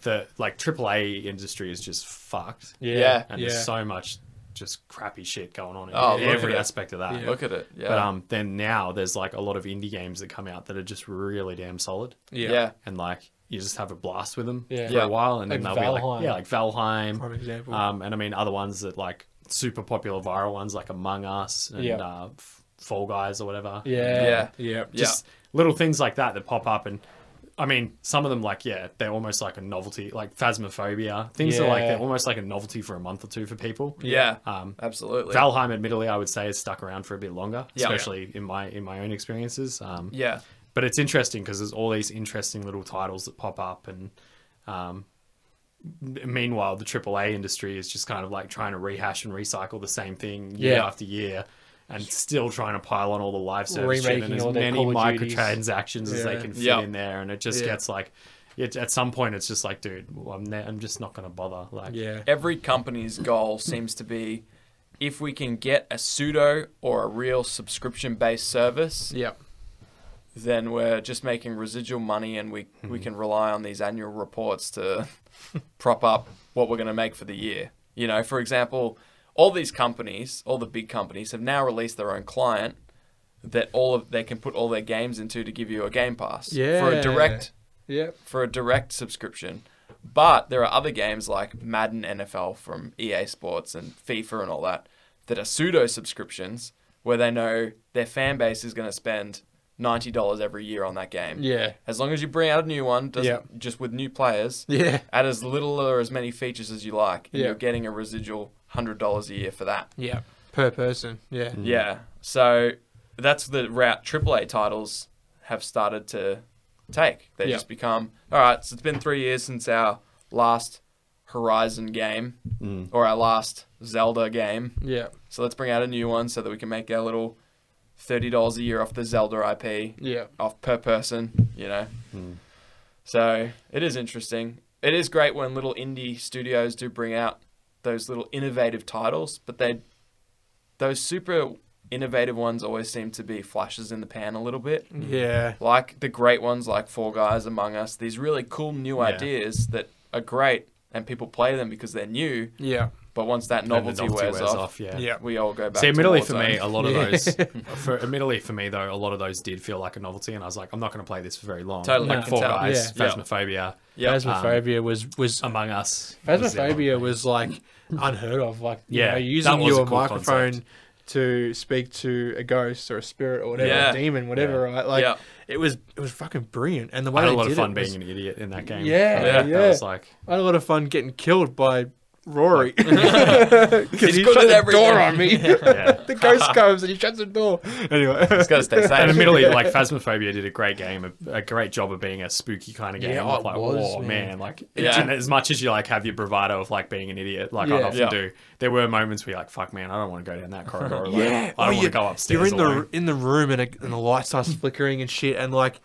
[SPEAKER 3] the like AAA industry is just fucked,
[SPEAKER 1] Yeah.
[SPEAKER 3] and
[SPEAKER 2] Yeah.
[SPEAKER 3] there's so much just crappy shit going on in
[SPEAKER 1] Oh, look
[SPEAKER 3] every
[SPEAKER 1] at it.
[SPEAKER 3] aspect of that.
[SPEAKER 2] Yeah.
[SPEAKER 1] Look at it. Yeah.
[SPEAKER 3] But um, then now there's like a lot of indie games that come out that are just really damn solid
[SPEAKER 1] yeah.
[SPEAKER 3] and like you just have a blast with them
[SPEAKER 4] Yeah.
[SPEAKER 3] for
[SPEAKER 1] Yeah.
[SPEAKER 3] a while, and then
[SPEAKER 4] Like
[SPEAKER 3] they'll
[SPEAKER 4] Valheim.
[SPEAKER 3] be like, yeah, like
[SPEAKER 2] Prime
[SPEAKER 3] Valheim,
[SPEAKER 2] example.
[SPEAKER 3] um, and I mean other ones that like super popular viral ones like Among Us and
[SPEAKER 4] Yeah.
[SPEAKER 3] uh, F- Fall Guys or whatever.
[SPEAKER 4] Yeah.
[SPEAKER 1] Yeah.
[SPEAKER 2] yeah.
[SPEAKER 3] just little things like that that pop up, and I mean some of them like yeah, they're almost like a novelty, like Phasmophobia. Things that are like
[SPEAKER 4] Yeah.
[SPEAKER 3] they're almost like a novelty for a month or two for people.
[SPEAKER 1] Yeah.
[SPEAKER 3] Um,
[SPEAKER 1] absolutely.
[SPEAKER 3] Valheim, admittedly, I would say has stuck around for a bit longer,
[SPEAKER 1] Yeah.
[SPEAKER 3] especially in my in my own experiences. Um,
[SPEAKER 1] yeah.
[SPEAKER 3] but it's interesting because there's all these interesting little titles that pop up and um, m- meanwhile the aaa industry is just kind of like trying to rehash and recycle the same thing year
[SPEAKER 4] Yeah.
[SPEAKER 3] after year and still trying to pile on all the live service shit and
[SPEAKER 4] Remaking
[SPEAKER 3] as
[SPEAKER 4] all their
[SPEAKER 3] many
[SPEAKER 4] Call of Duties.
[SPEAKER 3] microtransactions as they
[SPEAKER 2] Yeah.
[SPEAKER 3] can fit
[SPEAKER 1] Yeah.
[SPEAKER 3] in there and it just
[SPEAKER 2] Yeah.
[SPEAKER 3] gets like it, at some point it's just like dude well, I'm, ne- I'm just not going to bother like
[SPEAKER 2] Yeah.
[SPEAKER 1] every company's goal seems to be if we can get a pseudo or a real subscription based service,
[SPEAKER 2] Yeah.
[SPEAKER 1] then we're just making residual money and we, we can rely on these annual reports to prop up what we're going to make for the year. You know, for example, all these companies, all the big companies, have now released their own client that all of they can put all their games into to give you a game pass for a
[SPEAKER 2] Yeah.
[SPEAKER 1] direct
[SPEAKER 2] Yeah.
[SPEAKER 1] for a direct subscription. But there are other games like Madden NFL from EA Sports and FIFA and all that that are pseudo subscriptions where they know their fan base is going to spend $90 every year on that game.
[SPEAKER 2] Yeah.
[SPEAKER 1] As long as you bring out a new one, doesn't,
[SPEAKER 2] Yeah.
[SPEAKER 1] just with new players,
[SPEAKER 2] Yeah.
[SPEAKER 1] add as little or as many features as you like, and
[SPEAKER 2] Yeah.
[SPEAKER 1] you're getting a residual $100 a year for that.
[SPEAKER 2] Yeah. Per person. Yeah.
[SPEAKER 1] Yeah. So that's the route AAA titles have started to take. They
[SPEAKER 2] Yeah.
[SPEAKER 1] just become all right. So it's been three years since our last Horizon game or our last Zelda game.
[SPEAKER 2] Yeah.
[SPEAKER 1] So let's bring out a new one so that we can make our little thirty dollars a year off the Zelda IP
[SPEAKER 2] Yeah.
[SPEAKER 1] off per person. You know. So it is interesting. It is great when little indie studios do bring out those little innovative titles, but they those super innovative ones always seem to be flashes in the pan a little bit.
[SPEAKER 3] Mm.
[SPEAKER 2] Yeah.
[SPEAKER 1] Like the great ones like Four Guys Among Us, these really cool new
[SPEAKER 3] Yeah.
[SPEAKER 1] ideas that are great and people play them because they're new,
[SPEAKER 2] Yeah.
[SPEAKER 1] but once that
[SPEAKER 3] Then the
[SPEAKER 1] novelty, wears, off,
[SPEAKER 3] yeah
[SPEAKER 2] Yeah.
[SPEAKER 1] we all go back
[SPEAKER 3] See,
[SPEAKER 1] to
[SPEAKER 3] admittedly for
[SPEAKER 1] Warzone.
[SPEAKER 3] me, a lot of
[SPEAKER 2] Yeah.
[SPEAKER 3] those, for admittedly for me though, a lot of those did feel like a novelty, and I was like, I'm not going to play this for very long.
[SPEAKER 1] Totally, I
[SPEAKER 3] like
[SPEAKER 1] can
[SPEAKER 3] Four
[SPEAKER 1] tell.
[SPEAKER 3] Guys,
[SPEAKER 1] Yeah.
[SPEAKER 3] Phasmophobia,
[SPEAKER 1] Yeah.
[SPEAKER 2] Phasmophobia was was
[SPEAKER 3] Among Us. was the other
[SPEAKER 2] Phasmophobia
[SPEAKER 3] one.
[SPEAKER 2] was like unheard of. Like,
[SPEAKER 3] Yeah,
[SPEAKER 2] yeah,
[SPEAKER 3] that
[SPEAKER 2] using
[SPEAKER 3] was a
[SPEAKER 2] your
[SPEAKER 3] cool
[SPEAKER 2] microphone
[SPEAKER 3] concept.
[SPEAKER 2] to speak to a ghost or a spirit or whatever,
[SPEAKER 1] Yeah.
[SPEAKER 2] a demon, whatever,
[SPEAKER 3] Yeah.
[SPEAKER 2] right? Like
[SPEAKER 1] Yeah.
[SPEAKER 2] it was it was fucking brilliant. And the
[SPEAKER 3] I
[SPEAKER 2] way
[SPEAKER 3] had a
[SPEAKER 2] they
[SPEAKER 3] lot of
[SPEAKER 2] did it
[SPEAKER 3] fun
[SPEAKER 2] was-
[SPEAKER 3] being an idiot in that game.
[SPEAKER 2] Yeah,
[SPEAKER 1] Yeah.
[SPEAKER 3] That
[SPEAKER 2] yeah.
[SPEAKER 3] was like
[SPEAKER 2] I had a lot of fun getting killed by Rory because he
[SPEAKER 1] good
[SPEAKER 2] shut
[SPEAKER 1] at
[SPEAKER 2] the
[SPEAKER 1] everything.
[SPEAKER 2] door on me.
[SPEAKER 3] Yeah.
[SPEAKER 2] the ghost comes and he shuts the door. Anyway,
[SPEAKER 1] It's got to stay safe.
[SPEAKER 3] And E. admittedly, like Phasmophobia did a great game, a, a great job of being a spooky kind of game.
[SPEAKER 4] Yeah,
[SPEAKER 3] It's
[SPEAKER 4] it
[SPEAKER 3] like,
[SPEAKER 4] was,
[SPEAKER 3] oh man,
[SPEAKER 4] man.
[SPEAKER 3] like it
[SPEAKER 1] Yeah.
[SPEAKER 3] didn't- as much as you like have your bravado of like being an idiot, like I
[SPEAKER 2] Yeah.
[SPEAKER 3] often
[SPEAKER 1] Yeah.
[SPEAKER 3] do, there were moments where you're like, fuck man, I don't want to go down that corridor. Like,
[SPEAKER 2] Yeah,
[SPEAKER 3] I don't
[SPEAKER 2] oh,
[SPEAKER 3] want
[SPEAKER 2] you-
[SPEAKER 3] to go upstairs.
[SPEAKER 2] You're in the
[SPEAKER 3] alone.
[SPEAKER 2] in the room and, it, and the light starts flickering and shit, and like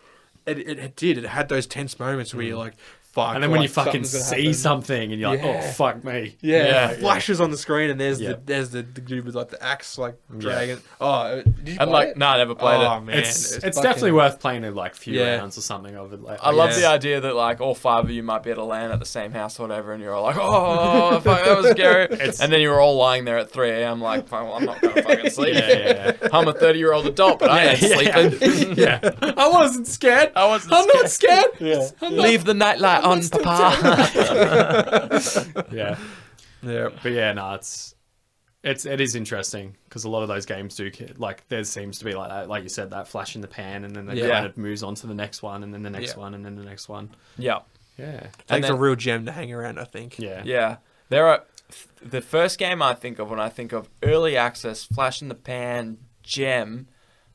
[SPEAKER 2] it, it, it did. It had those tense moments where you're like, fuck.
[SPEAKER 3] Mm. and then when
[SPEAKER 2] like,
[SPEAKER 3] you fucking
[SPEAKER 2] something's gonna
[SPEAKER 3] see
[SPEAKER 2] happen.
[SPEAKER 3] something and you're like,
[SPEAKER 2] Yeah.
[SPEAKER 3] oh fuck me.
[SPEAKER 2] Yeah,
[SPEAKER 1] Yeah.
[SPEAKER 2] it flashes on the screen, and there's
[SPEAKER 3] Yeah.
[SPEAKER 2] the there's the, the dude with like the axe, like dragon. Oh, did you
[SPEAKER 1] I'm
[SPEAKER 2] play
[SPEAKER 1] like,
[SPEAKER 2] it?
[SPEAKER 1] no, I never played
[SPEAKER 2] oh
[SPEAKER 1] it.
[SPEAKER 2] man,
[SPEAKER 3] it's it's,
[SPEAKER 2] fucking-
[SPEAKER 3] definitely worth playing a like few
[SPEAKER 2] Yeah.
[SPEAKER 3] rounds or something of it. Like,
[SPEAKER 1] I love the
[SPEAKER 2] Yeah.
[SPEAKER 1] idea that like all five of you might be able to land at the same house or whatever, and you're all like, "Oh, fuck, that was scary," and then you're all lying there at three a.m. like, "Fuck, well, "I'm not going to fucking sleep."
[SPEAKER 3] Yeah, yeah,
[SPEAKER 1] I'm a thirty-year-old adult, but I ain't
[SPEAKER 3] yeah.
[SPEAKER 1] sleeping.
[SPEAKER 3] yeah. yeah. I wasn't scared.
[SPEAKER 1] I wasn't.
[SPEAKER 3] I'm
[SPEAKER 1] scared.
[SPEAKER 3] not scared.
[SPEAKER 4] Yeah.
[SPEAKER 1] Leave the nightlight on, Papa.
[SPEAKER 3] Yeah.
[SPEAKER 2] yeah.
[SPEAKER 3] But yeah, no, it's it's it is interesting because a lot of those games do ki- like there seems to be like that, like you said, that flash in the pan, and then it
[SPEAKER 1] Yeah.
[SPEAKER 3] kind of moves on to the next one, and then the next
[SPEAKER 2] Yeah.
[SPEAKER 3] one, and then the next one.
[SPEAKER 1] yeah,
[SPEAKER 3] Yeah,
[SPEAKER 1] And
[SPEAKER 2] Takes a
[SPEAKER 1] then-
[SPEAKER 2] real gem to hang around, I think.
[SPEAKER 3] yeah,
[SPEAKER 1] yeah. There are the first game I think of when I think of early access, flash in the pan, gem,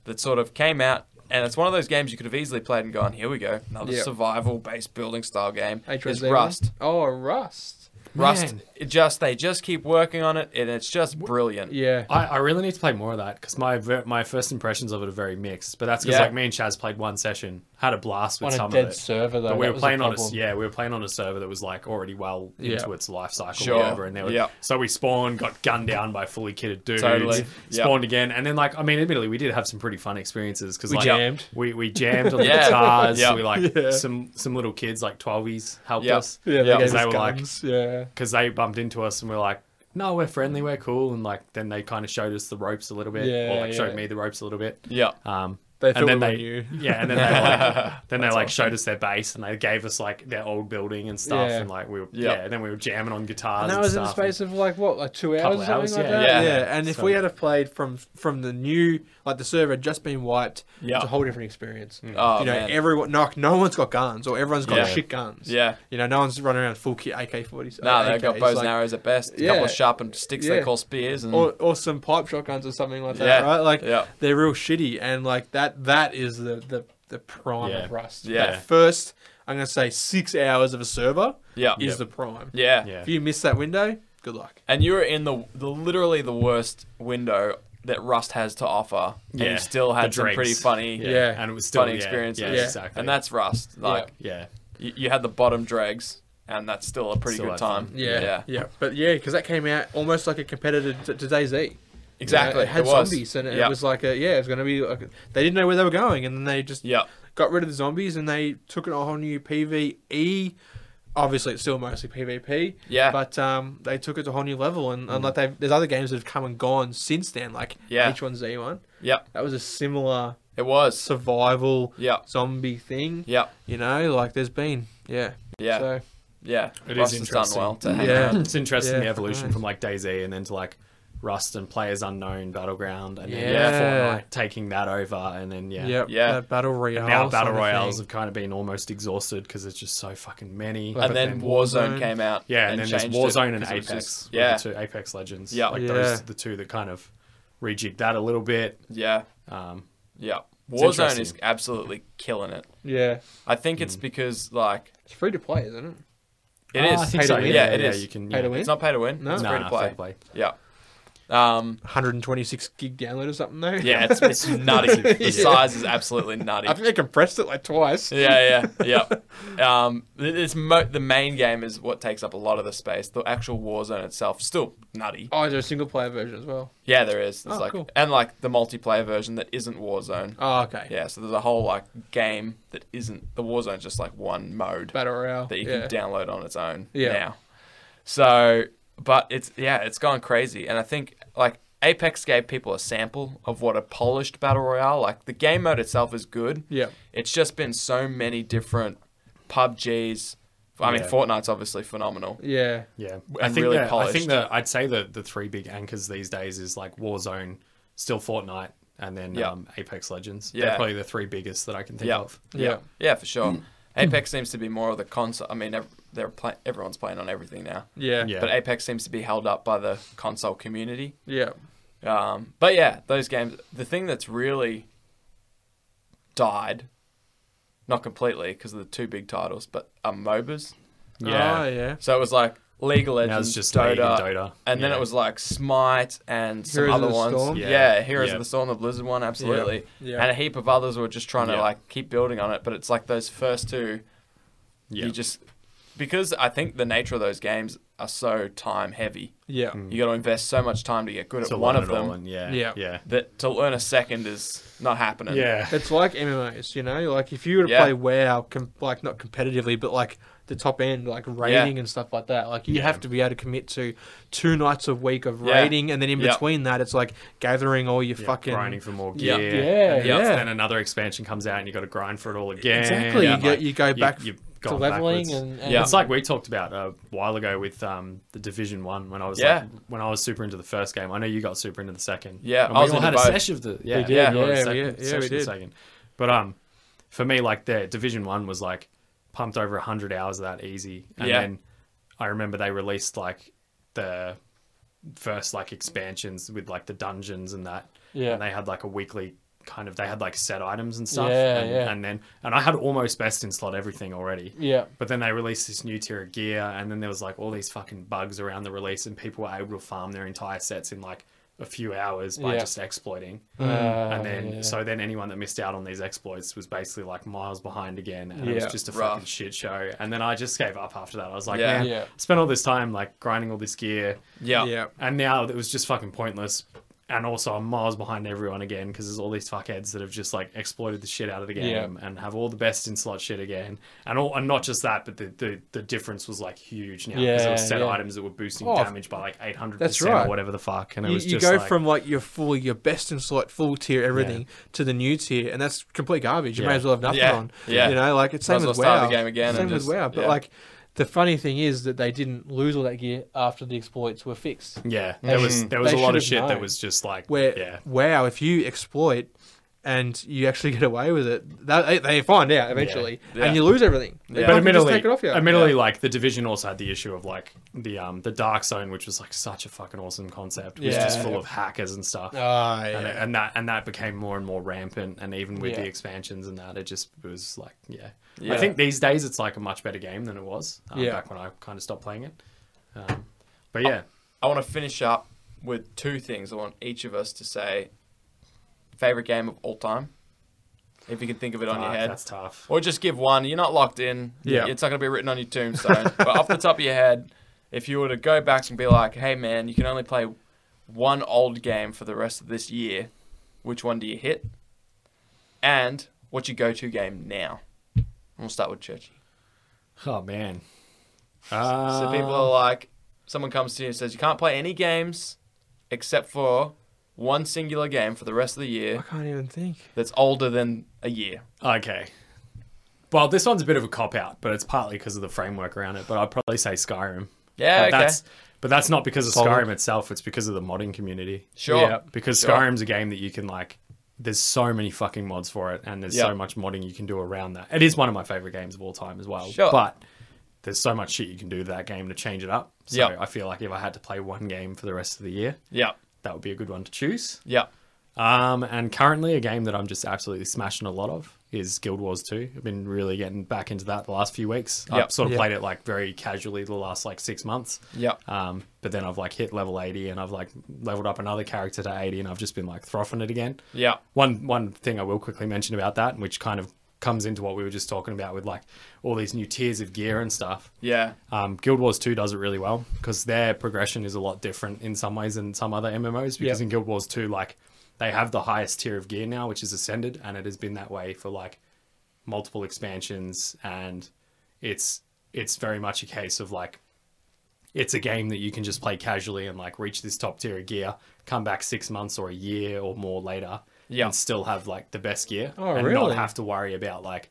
[SPEAKER 1] that sort of came out, and it's one of those games you could have easily played and gone, "Here we go, another
[SPEAKER 2] Yeah.
[SPEAKER 1] survival-based building style game."
[SPEAKER 2] Hey,
[SPEAKER 1] Is
[SPEAKER 2] Dresden.
[SPEAKER 1] Rust.
[SPEAKER 2] Oh, Rust.
[SPEAKER 1] Rust.
[SPEAKER 3] Man.
[SPEAKER 1] It just they just keep working on it, and it's just brilliant.
[SPEAKER 2] Yeah.
[SPEAKER 3] I, I really need to play more of that because my ver- my first impressions of it are very mixed. But that's because
[SPEAKER 1] Yeah.
[SPEAKER 3] like me and Chaz played one session, had a blast with
[SPEAKER 4] on a
[SPEAKER 3] some of
[SPEAKER 4] dead
[SPEAKER 3] it.
[SPEAKER 4] server
[SPEAKER 3] But
[SPEAKER 4] though. that
[SPEAKER 3] we were
[SPEAKER 4] was
[SPEAKER 3] playing on a s-
[SPEAKER 4] problem.
[SPEAKER 3] yeah, we were playing on a server that was like already well
[SPEAKER 2] Yeah.
[SPEAKER 3] into its life cycle,
[SPEAKER 1] Sure.
[SPEAKER 3] or whatever. And there were,
[SPEAKER 1] Yep.
[SPEAKER 3] so we spawned, got gunned down by fully kitted dudes,
[SPEAKER 1] Totally. Yep.
[SPEAKER 3] spawned again, and then like I mean, admittedly, we did have some pretty fun experiences because
[SPEAKER 4] We
[SPEAKER 3] like
[SPEAKER 4] jammed.
[SPEAKER 3] we we jammed on the
[SPEAKER 1] Yeah.
[SPEAKER 3] guitars.
[SPEAKER 1] Yep.
[SPEAKER 3] We like
[SPEAKER 2] Yeah.
[SPEAKER 3] some some little kids like twelvies helped
[SPEAKER 1] Yep.
[SPEAKER 3] us
[SPEAKER 2] Yeah,
[SPEAKER 1] Yeah,
[SPEAKER 2] they gave
[SPEAKER 3] because they
[SPEAKER 2] us
[SPEAKER 3] were like
[SPEAKER 2] guns. yeah.
[SPEAKER 3] because they bumped into us and we're like, no, we're friendly, we're cool, and like then they kind of showed us the ropes a little bit, or
[SPEAKER 2] Yeah,
[SPEAKER 3] like showed
[SPEAKER 2] yeah.
[SPEAKER 3] me the ropes a little bit.
[SPEAKER 1] Yeah.
[SPEAKER 3] Um,
[SPEAKER 2] They
[SPEAKER 3] and
[SPEAKER 2] thought
[SPEAKER 3] then
[SPEAKER 2] we were
[SPEAKER 3] they,
[SPEAKER 2] new.
[SPEAKER 3] yeah, and then they like, then they like showed us their base and they gave us like their old building and stuff,
[SPEAKER 2] Yeah.
[SPEAKER 3] and like we were,
[SPEAKER 1] Yeah.
[SPEAKER 3] yeah, and then we were jamming on guitars.
[SPEAKER 2] And that was in the
[SPEAKER 3] stuff,
[SPEAKER 2] space of like what, like two hours
[SPEAKER 3] Couple
[SPEAKER 2] or something
[SPEAKER 3] hours,
[SPEAKER 2] like
[SPEAKER 3] yeah.
[SPEAKER 2] that.
[SPEAKER 1] Yeah.
[SPEAKER 2] and if
[SPEAKER 3] So-
[SPEAKER 2] we had have played from from the new, like the server had just been wiped,
[SPEAKER 1] Yeah.
[SPEAKER 2] it's a whole different experience.
[SPEAKER 1] Oh
[SPEAKER 2] you know,
[SPEAKER 1] man.
[SPEAKER 2] everyone, no, no one's got guns, or everyone's got
[SPEAKER 1] Yeah.
[SPEAKER 2] shit guns.
[SPEAKER 1] yeah.
[SPEAKER 2] you know, no one's running around full kit AK forty.
[SPEAKER 1] No, they've got bows and arrows at best. A couple
[SPEAKER 2] Yeah.
[SPEAKER 1] of sharpened sticks they
[SPEAKER 2] Yeah.
[SPEAKER 1] call spears, and
[SPEAKER 2] or, or some pipe shotguns or something like that,
[SPEAKER 1] Yeah.
[SPEAKER 2] right? Like
[SPEAKER 1] Yeah.
[SPEAKER 2] they're real shitty, and like that that is the the, the prime
[SPEAKER 3] Yeah.
[SPEAKER 2] of Rust.
[SPEAKER 1] Yeah.
[SPEAKER 2] That first, I'm gonna say six hours of a server
[SPEAKER 1] yeah,
[SPEAKER 2] is
[SPEAKER 1] yeah.
[SPEAKER 2] the prime.
[SPEAKER 3] Yeah.
[SPEAKER 2] If you miss that window, good luck.
[SPEAKER 1] And you were in the, the literally the worst window that Rust has to offer, and
[SPEAKER 3] Yeah.
[SPEAKER 1] you still
[SPEAKER 3] The
[SPEAKER 1] had some pretty
[SPEAKER 3] dregs.
[SPEAKER 1] funny,
[SPEAKER 3] yeah.
[SPEAKER 2] Yeah.
[SPEAKER 3] and it was still
[SPEAKER 1] funny
[SPEAKER 3] yeah,
[SPEAKER 1] experiences.
[SPEAKER 3] Yeah,
[SPEAKER 2] Yeah.
[SPEAKER 3] exactly.
[SPEAKER 1] And that's Rust. Like
[SPEAKER 3] yeah,
[SPEAKER 1] you, you had the bottom dregs, and that's still a pretty
[SPEAKER 3] Still
[SPEAKER 1] good
[SPEAKER 3] had
[SPEAKER 1] time.
[SPEAKER 3] fun.
[SPEAKER 2] Yeah, yeah,
[SPEAKER 1] yeah,
[SPEAKER 2] But yeah, because that came out almost like a competitor to, to Day Z.
[SPEAKER 1] exactly.
[SPEAKER 2] it had
[SPEAKER 1] was.
[SPEAKER 2] zombies, and it
[SPEAKER 1] Yeah.
[SPEAKER 2] was like, a, yeah, it was going to be. Like, they didn't know where they were going, and then they just
[SPEAKER 1] yeah,
[SPEAKER 2] got rid of the zombies, and they took on a whole new PVE. Obviously, it's still mostly PvP.
[SPEAKER 1] Yeah. Mm.
[SPEAKER 2] But um, they took it to a whole new level, and, and like they there's other games that have come and gone since then, like
[SPEAKER 1] Yeah.
[SPEAKER 2] H1Z1.
[SPEAKER 1] yeah,
[SPEAKER 2] That was a similar
[SPEAKER 1] it was.
[SPEAKER 2] survival
[SPEAKER 1] Yeah,
[SPEAKER 2] zombie thing.
[SPEAKER 1] yeah,
[SPEAKER 2] You know, like there's been, yeah,
[SPEAKER 1] yeah,
[SPEAKER 2] So,
[SPEAKER 1] yeah.
[SPEAKER 3] It is
[SPEAKER 1] Rust has done
[SPEAKER 3] interesting.
[SPEAKER 1] well to hang
[SPEAKER 2] Yeah.
[SPEAKER 1] around.
[SPEAKER 3] it's interesting
[SPEAKER 2] Yeah,
[SPEAKER 3] the evolution
[SPEAKER 2] nice.
[SPEAKER 3] from like Daisy and then to like Rust and Players Unknown Battleground, and then
[SPEAKER 2] Yeah.
[SPEAKER 3] Fortnite taking that over, and then yeah,
[SPEAKER 2] yep,
[SPEAKER 1] Yeah.
[SPEAKER 2] that battle royale.
[SPEAKER 3] now battle
[SPEAKER 2] sort of
[SPEAKER 3] royales
[SPEAKER 2] thing.
[SPEAKER 3] have kind of been almost exhausted because there's just so fucking many.
[SPEAKER 1] and then Warzone,
[SPEAKER 2] Warzone.
[SPEAKER 1] came out.
[SPEAKER 3] yeah, and, then there's
[SPEAKER 1] changed it
[SPEAKER 3] Warzone and
[SPEAKER 1] because it was
[SPEAKER 3] Apex.
[SPEAKER 1] just-
[SPEAKER 3] yeah,
[SPEAKER 1] yeah,
[SPEAKER 3] the two Apex Legends.
[SPEAKER 1] Yeah.
[SPEAKER 3] like
[SPEAKER 2] Yeah.
[SPEAKER 3] those are the two that kind of rejigged that a little bit.
[SPEAKER 1] yeah,
[SPEAKER 3] Um,
[SPEAKER 1] yeah.
[SPEAKER 3] It's
[SPEAKER 1] Warzone is
[SPEAKER 3] interesting. Hmm.
[SPEAKER 1] absolutely killing it.
[SPEAKER 2] Yeah.
[SPEAKER 1] I think it's because like
[SPEAKER 2] It's free to play, isn't it?
[SPEAKER 1] it
[SPEAKER 3] ah,
[SPEAKER 1] is.
[SPEAKER 3] I think
[SPEAKER 2] Pay
[SPEAKER 3] so.
[SPEAKER 2] to
[SPEAKER 3] Yeah,
[SPEAKER 1] win.
[SPEAKER 3] yeah,
[SPEAKER 1] Yeah, it is.
[SPEAKER 3] You can.
[SPEAKER 2] Pay
[SPEAKER 3] Yeah.
[SPEAKER 2] to win?
[SPEAKER 1] It's not pay to win.
[SPEAKER 2] No.
[SPEAKER 1] it's
[SPEAKER 3] No,
[SPEAKER 1] free
[SPEAKER 3] no,
[SPEAKER 1] to
[SPEAKER 3] free
[SPEAKER 1] play.
[SPEAKER 3] to play.
[SPEAKER 1] Yeah. Um.
[SPEAKER 2] 126 gig download or something though.
[SPEAKER 1] Yeah, it's, it's nutty. The size is absolutely nutty.
[SPEAKER 2] I think they compressed it like twice.
[SPEAKER 1] Yeah, yeah, yeah. Um, it- it's mo- the main game is what takes up a lot of the space. The actual Warzone itself still nutty.
[SPEAKER 2] Oh, is there a single player version as well?
[SPEAKER 1] Yeah, there is. There's
[SPEAKER 2] Oh,
[SPEAKER 1] like
[SPEAKER 2] cool.
[SPEAKER 1] and like the multiplayer version that isn't Warzone.
[SPEAKER 2] Oh, okay.
[SPEAKER 1] Yeah, so there's a whole like game that isn't the Warzone's just like one mode
[SPEAKER 2] Battle Royale.
[SPEAKER 1] that you
[SPEAKER 2] yeah.
[SPEAKER 1] can download on its own
[SPEAKER 2] Yeah.
[SPEAKER 1] now. So, but it's yeah, it's gone crazy, and I think like Apex gave people a sample of what a polished battle royale like the game mode itself is good.
[SPEAKER 2] Yeah.
[SPEAKER 1] it's just been so many different PUBGs. I mean,
[SPEAKER 3] Yeah.
[SPEAKER 1] Fortnite's obviously phenomenal.
[SPEAKER 2] Yeah.
[SPEAKER 3] Yeah, I
[SPEAKER 1] And
[SPEAKER 3] think
[SPEAKER 1] really
[SPEAKER 3] that, I
[SPEAKER 1] polished.
[SPEAKER 3] think that I'd say that the three big anchors these days is like Warzone, still Fortnite, and then
[SPEAKER 1] Yeah.
[SPEAKER 3] um, Apex Legends.
[SPEAKER 1] Yeah.
[SPEAKER 3] They're probably the three biggest that I can think
[SPEAKER 1] Yeah.
[SPEAKER 3] of.
[SPEAKER 2] Yeah.
[SPEAKER 1] Yeah, for sure. Apex seems to be more of the console. I mean, ev- they're play- everyone's playing on everything now.
[SPEAKER 2] Yeah.
[SPEAKER 3] Yeah.
[SPEAKER 1] But Apex seems to be held up by the console community.
[SPEAKER 2] Yeah.
[SPEAKER 1] Um, but yeah, those games. The thing that's really died, not completely because of the two big titles, but are MOBAs.
[SPEAKER 3] Yeah.
[SPEAKER 2] Ah, yeah.
[SPEAKER 1] So it was like League of Legends,
[SPEAKER 3] Now it's just
[SPEAKER 1] Dota,
[SPEAKER 3] League and Dota.
[SPEAKER 1] and then
[SPEAKER 3] Yeah.
[SPEAKER 1] it was like Smite and some
[SPEAKER 2] Heroes of
[SPEAKER 1] other
[SPEAKER 2] the
[SPEAKER 1] ones.
[SPEAKER 2] Storm?
[SPEAKER 1] Yeah.
[SPEAKER 3] Yeah.
[SPEAKER 1] Heroes
[SPEAKER 3] Yeah.
[SPEAKER 1] of the Storm, the Blizzard one, absolutely,
[SPEAKER 2] Yeah.
[SPEAKER 1] and a heap of others were just trying to
[SPEAKER 3] Yeah.
[SPEAKER 1] like keep building on it. But it's like those first two,
[SPEAKER 3] Yeah.
[SPEAKER 1] you just because I think the nature of those games are so time heavy.
[SPEAKER 2] Yeah.
[SPEAKER 3] Mm.
[SPEAKER 1] You got to invest so much time to get good
[SPEAKER 3] To
[SPEAKER 1] at one
[SPEAKER 3] learn
[SPEAKER 1] of
[SPEAKER 3] it all
[SPEAKER 1] them
[SPEAKER 3] and yeah.
[SPEAKER 2] Yeah.
[SPEAKER 3] Yeah.
[SPEAKER 1] that to learn a second is not happening.
[SPEAKER 3] Yeah.
[SPEAKER 2] It's like MMOs, you know. Like if you were to
[SPEAKER 1] Yeah.
[SPEAKER 2] play WoW, com- like not competitively, but like the top end, like raiding and stuff like that. Like you have to be able to commit to two nights a week of
[SPEAKER 1] Yeah.
[SPEAKER 2] raiding, and then in
[SPEAKER 1] Yeah.
[SPEAKER 2] between that, it's like gathering all your fucking
[SPEAKER 3] grinding for more
[SPEAKER 2] Yeah.
[SPEAKER 3] gear.
[SPEAKER 4] Yeah,
[SPEAKER 3] And then-
[SPEAKER 2] yeah.
[SPEAKER 3] Then another expansion comes out, and you got to grind for it all again.
[SPEAKER 2] Exactly, you
[SPEAKER 3] and,
[SPEAKER 2] go- you go back
[SPEAKER 3] you've
[SPEAKER 4] to
[SPEAKER 3] gone
[SPEAKER 4] leveling
[SPEAKER 3] backwards.
[SPEAKER 4] and, and
[SPEAKER 1] Yeah.
[SPEAKER 3] It's like we talked about a while ago with um, the Division One when I was
[SPEAKER 1] Yeah.
[SPEAKER 3] like, when I was super into the first game. I know you got super into the second.
[SPEAKER 1] Yeah,
[SPEAKER 3] and
[SPEAKER 1] I
[SPEAKER 3] we
[SPEAKER 1] was
[SPEAKER 3] all
[SPEAKER 1] into
[SPEAKER 3] had
[SPEAKER 1] both.
[SPEAKER 3] a sesh of the yeah,
[SPEAKER 1] did,
[SPEAKER 3] we all had a
[SPEAKER 2] yeah,
[SPEAKER 3] sec-
[SPEAKER 2] we- yeah,
[SPEAKER 3] sesh
[SPEAKER 2] we
[SPEAKER 3] of the
[SPEAKER 2] did.
[SPEAKER 3] second. But um, for me, like the Division One was like pumped over hundred hours of that easy, and
[SPEAKER 1] Yeah.
[SPEAKER 3] then I remember they released like the first like expansions with like the dungeons and that.
[SPEAKER 4] Yeah.
[SPEAKER 3] And they had like a weekly kind of they had like set items and stuff.
[SPEAKER 4] Yeah,
[SPEAKER 3] and,
[SPEAKER 4] yeah.
[SPEAKER 3] and then and I had almost best in slot everything already.
[SPEAKER 4] yeah.
[SPEAKER 3] But then they released this new tier of gear, and then there was like all these fucking bugs around the release, and people were able to farm their entire sets in like a few hours by
[SPEAKER 4] Yeah.
[SPEAKER 3] just exploiting.
[SPEAKER 4] Uh,
[SPEAKER 3] and then,
[SPEAKER 4] yeah.
[SPEAKER 3] so then anyone that missed out on these exploits was basically like miles behind again, and it
[SPEAKER 2] Yeah.
[SPEAKER 3] was just a
[SPEAKER 1] Rough.
[SPEAKER 3] fucking shit show. And then I just gave up after that. I was like,
[SPEAKER 1] Yeah.
[SPEAKER 3] man,
[SPEAKER 4] Yeah.
[SPEAKER 3] spent all this time like grinding all this gear,
[SPEAKER 1] yeah,
[SPEAKER 2] Yeah.
[SPEAKER 3] and now it was just fucking pointless. And also, I'm miles behind everyone again because there's all these fuckheads that have just like exploited the shit out of the game and have all the best in slot shit again. And all, and not just that, but the, the, the difference was like huge now because there
[SPEAKER 4] Yeah,
[SPEAKER 3] were set
[SPEAKER 4] yeah.
[SPEAKER 3] items that were boosting
[SPEAKER 2] Oh,
[SPEAKER 3] damage by like 800
[SPEAKER 2] that's
[SPEAKER 3] percent
[SPEAKER 2] right.
[SPEAKER 3] or whatever the fuck. And it
[SPEAKER 2] You,
[SPEAKER 3] was
[SPEAKER 2] you
[SPEAKER 3] just
[SPEAKER 2] go
[SPEAKER 3] like,
[SPEAKER 2] from like your full, your best in slot, full tier, everything to the new tier, and that's complete garbage. You may
[SPEAKER 3] Yeah.
[SPEAKER 2] as well have nothing
[SPEAKER 1] Yeah.
[SPEAKER 2] on.
[SPEAKER 1] Yeah.
[SPEAKER 2] You know, like it's
[SPEAKER 1] Might
[SPEAKER 2] same
[SPEAKER 1] as
[SPEAKER 2] with
[SPEAKER 1] well start
[SPEAKER 2] WoW.
[SPEAKER 1] the game again
[SPEAKER 2] Same
[SPEAKER 1] and
[SPEAKER 2] with
[SPEAKER 1] just-
[SPEAKER 2] WoW, but
[SPEAKER 1] yeah.
[SPEAKER 2] like the funny thing is that they didn't lose all that gear after the exploits were fixed.
[SPEAKER 3] yeah, there was
[SPEAKER 2] Mm-hmm.
[SPEAKER 3] there was
[SPEAKER 4] They
[SPEAKER 3] a lot
[SPEAKER 4] should
[SPEAKER 3] of
[SPEAKER 4] have
[SPEAKER 3] shit that
[SPEAKER 4] known.
[SPEAKER 3] was just like
[SPEAKER 2] where
[SPEAKER 3] yeah
[SPEAKER 2] wow if you exploit and you actually get away with it that, they, they find out eventually
[SPEAKER 1] Yeah.
[SPEAKER 2] and you lose everything
[SPEAKER 1] But
[SPEAKER 2] They
[SPEAKER 3] But
[SPEAKER 2] fucking just
[SPEAKER 3] admittedly,
[SPEAKER 2] take it off you.
[SPEAKER 3] admittedly, like the division also had the issue of like the um the dark zone, which was like such a fucking awesome concept, which was
[SPEAKER 2] Yeah.
[SPEAKER 3] just full of hackers and stuff.
[SPEAKER 2] Ah,
[SPEAKER 3] and,
[SPEAKER 2] yeah.
[SPEAKER 3] and that and that became more and more rampant and even with
[SPEAKER 4] Yeah.
[SPEAKER 3] the expansions and that it just was like yeah.
[SPEAKER 1] Yeah.
[SPEAKER 3] i think these days it's like a much better game than it was um,
[SPEAKER 2] Yeah.
[SPEAKER 3] back when i kind of stopped playing it um, but yeah
[SPEAKER 1] I want to finish up with two things. I want each of us to say favorite game of all time, if you can think of it Oh, on your
[SPEAKER 3] fuck,
[SPEAKER 1] head,
[SPEAKER 3] Ah, that's tough
[SPEAKER 1] or just give one. You're not locked in.
[SPEAKER 2] Yeah.
[SPEAKER 1] it's not gonna be written on your tombstone. but off the top of your head, if you were to go back and be like, "Hey man, you can only play one old game for the rest of this year," which one do you hit? And what's your go-to game now? And we'll start with Churchy.
[SPEAKER 3] oh man
[SPEAKER 1] So
[SPEAKER 3] Uh,
[SPEAKER 1] people are like, someone comes to you and says, you can't play any games except for one singular game for the rest of the
[SPEAKER 2] i
[SPEAKER 1] year
[SPEAKER 2] can't even think
[SPEAKER 1] that's older than a year.
[SPEAKER 3] okay well this one's a bit of a cop out but it's partly because of the framework around it but i'd probably say skyrim
[SPEAKER 1] Yeah,
[SPEAKER 3] but
[SPEAKER 1] okay.
[SPEAKER 3] that's but that's not because of
[SPEAKER 2] Solid.
[SPEAKER 3] skyrim itself it's because of the modding community
[SPEAKER 1] sure.
[SPEAKER 2] Yeah.
[SPEAKER 3] because
[SPEAKER 1] Sure.
[SPEAKER 3] Skyrim's a game that you can like. There's so many fucking mods for it, and there's
[SPEAKER 1] Yeah.
[SPEAKER 3] so much modding you can do around that. It is one of my favorite games of all time as well.
[SPEAKER 1] Sure.
[SPEAKER 3] But there's so much shit you can do to that game to change it up. So
[SPEAKER 1] Yeah.
[SPEAKER 3] I feel like if I had to play one game for the rest of the year,
[SPEAKER 1] Yeah.
[SPEAKER 3] that would be a good one to choose.
[SPEAKER 1] Yeah.
[SPEAKER 3] Um, and currently, a game that I'm just absolutely smashing a lot of is Guild Wars 2. I've been really getting back into that the last few weeks.
[SPEAKER 1] Yep.
[SPEAKER 3] I've sort of
[SPEAKER 2] Yeah.
[SPEAKER 3] played it like very casually the last like six months.
[SPEAKER 1] Yeah.
[SPEAKER 3] Um, but then I've like hit level 80 and I've like leveled up another character to 80 and I've just been like throffing it again.
[SPEAKER 1] Yeah.
[SPEAKER 3] One one thing I will quickly mention about that, which kind of comes into what we were just talking about with like all these new tiers of gear and stuff.
[SPEAKER 1] Yeah.
[SPEAKER 3] Um, Guild Wars 2 does it really well because their progression is a lot different in some ways than some other MMOs. Because
[SPEAKER 2] Yeah.
[SPEAKER 3] in Guild Wars 2, like they have the highest tier of gear now, which is Ascended, and it has been that way for like multiple expansions. And it's it's very much a case of like it's a game that you can just play casually and like reach this top tier of gear, come back six months or a year or more later,
[SPEAKER 1] Yeah.
[SPEAKER 3] and still have like the best gear
[SPEAKER 2] Oh,
[SPEAKER 3] and
[SPEAKER 2] really?
[SPEAKER 3] not have to worry about like.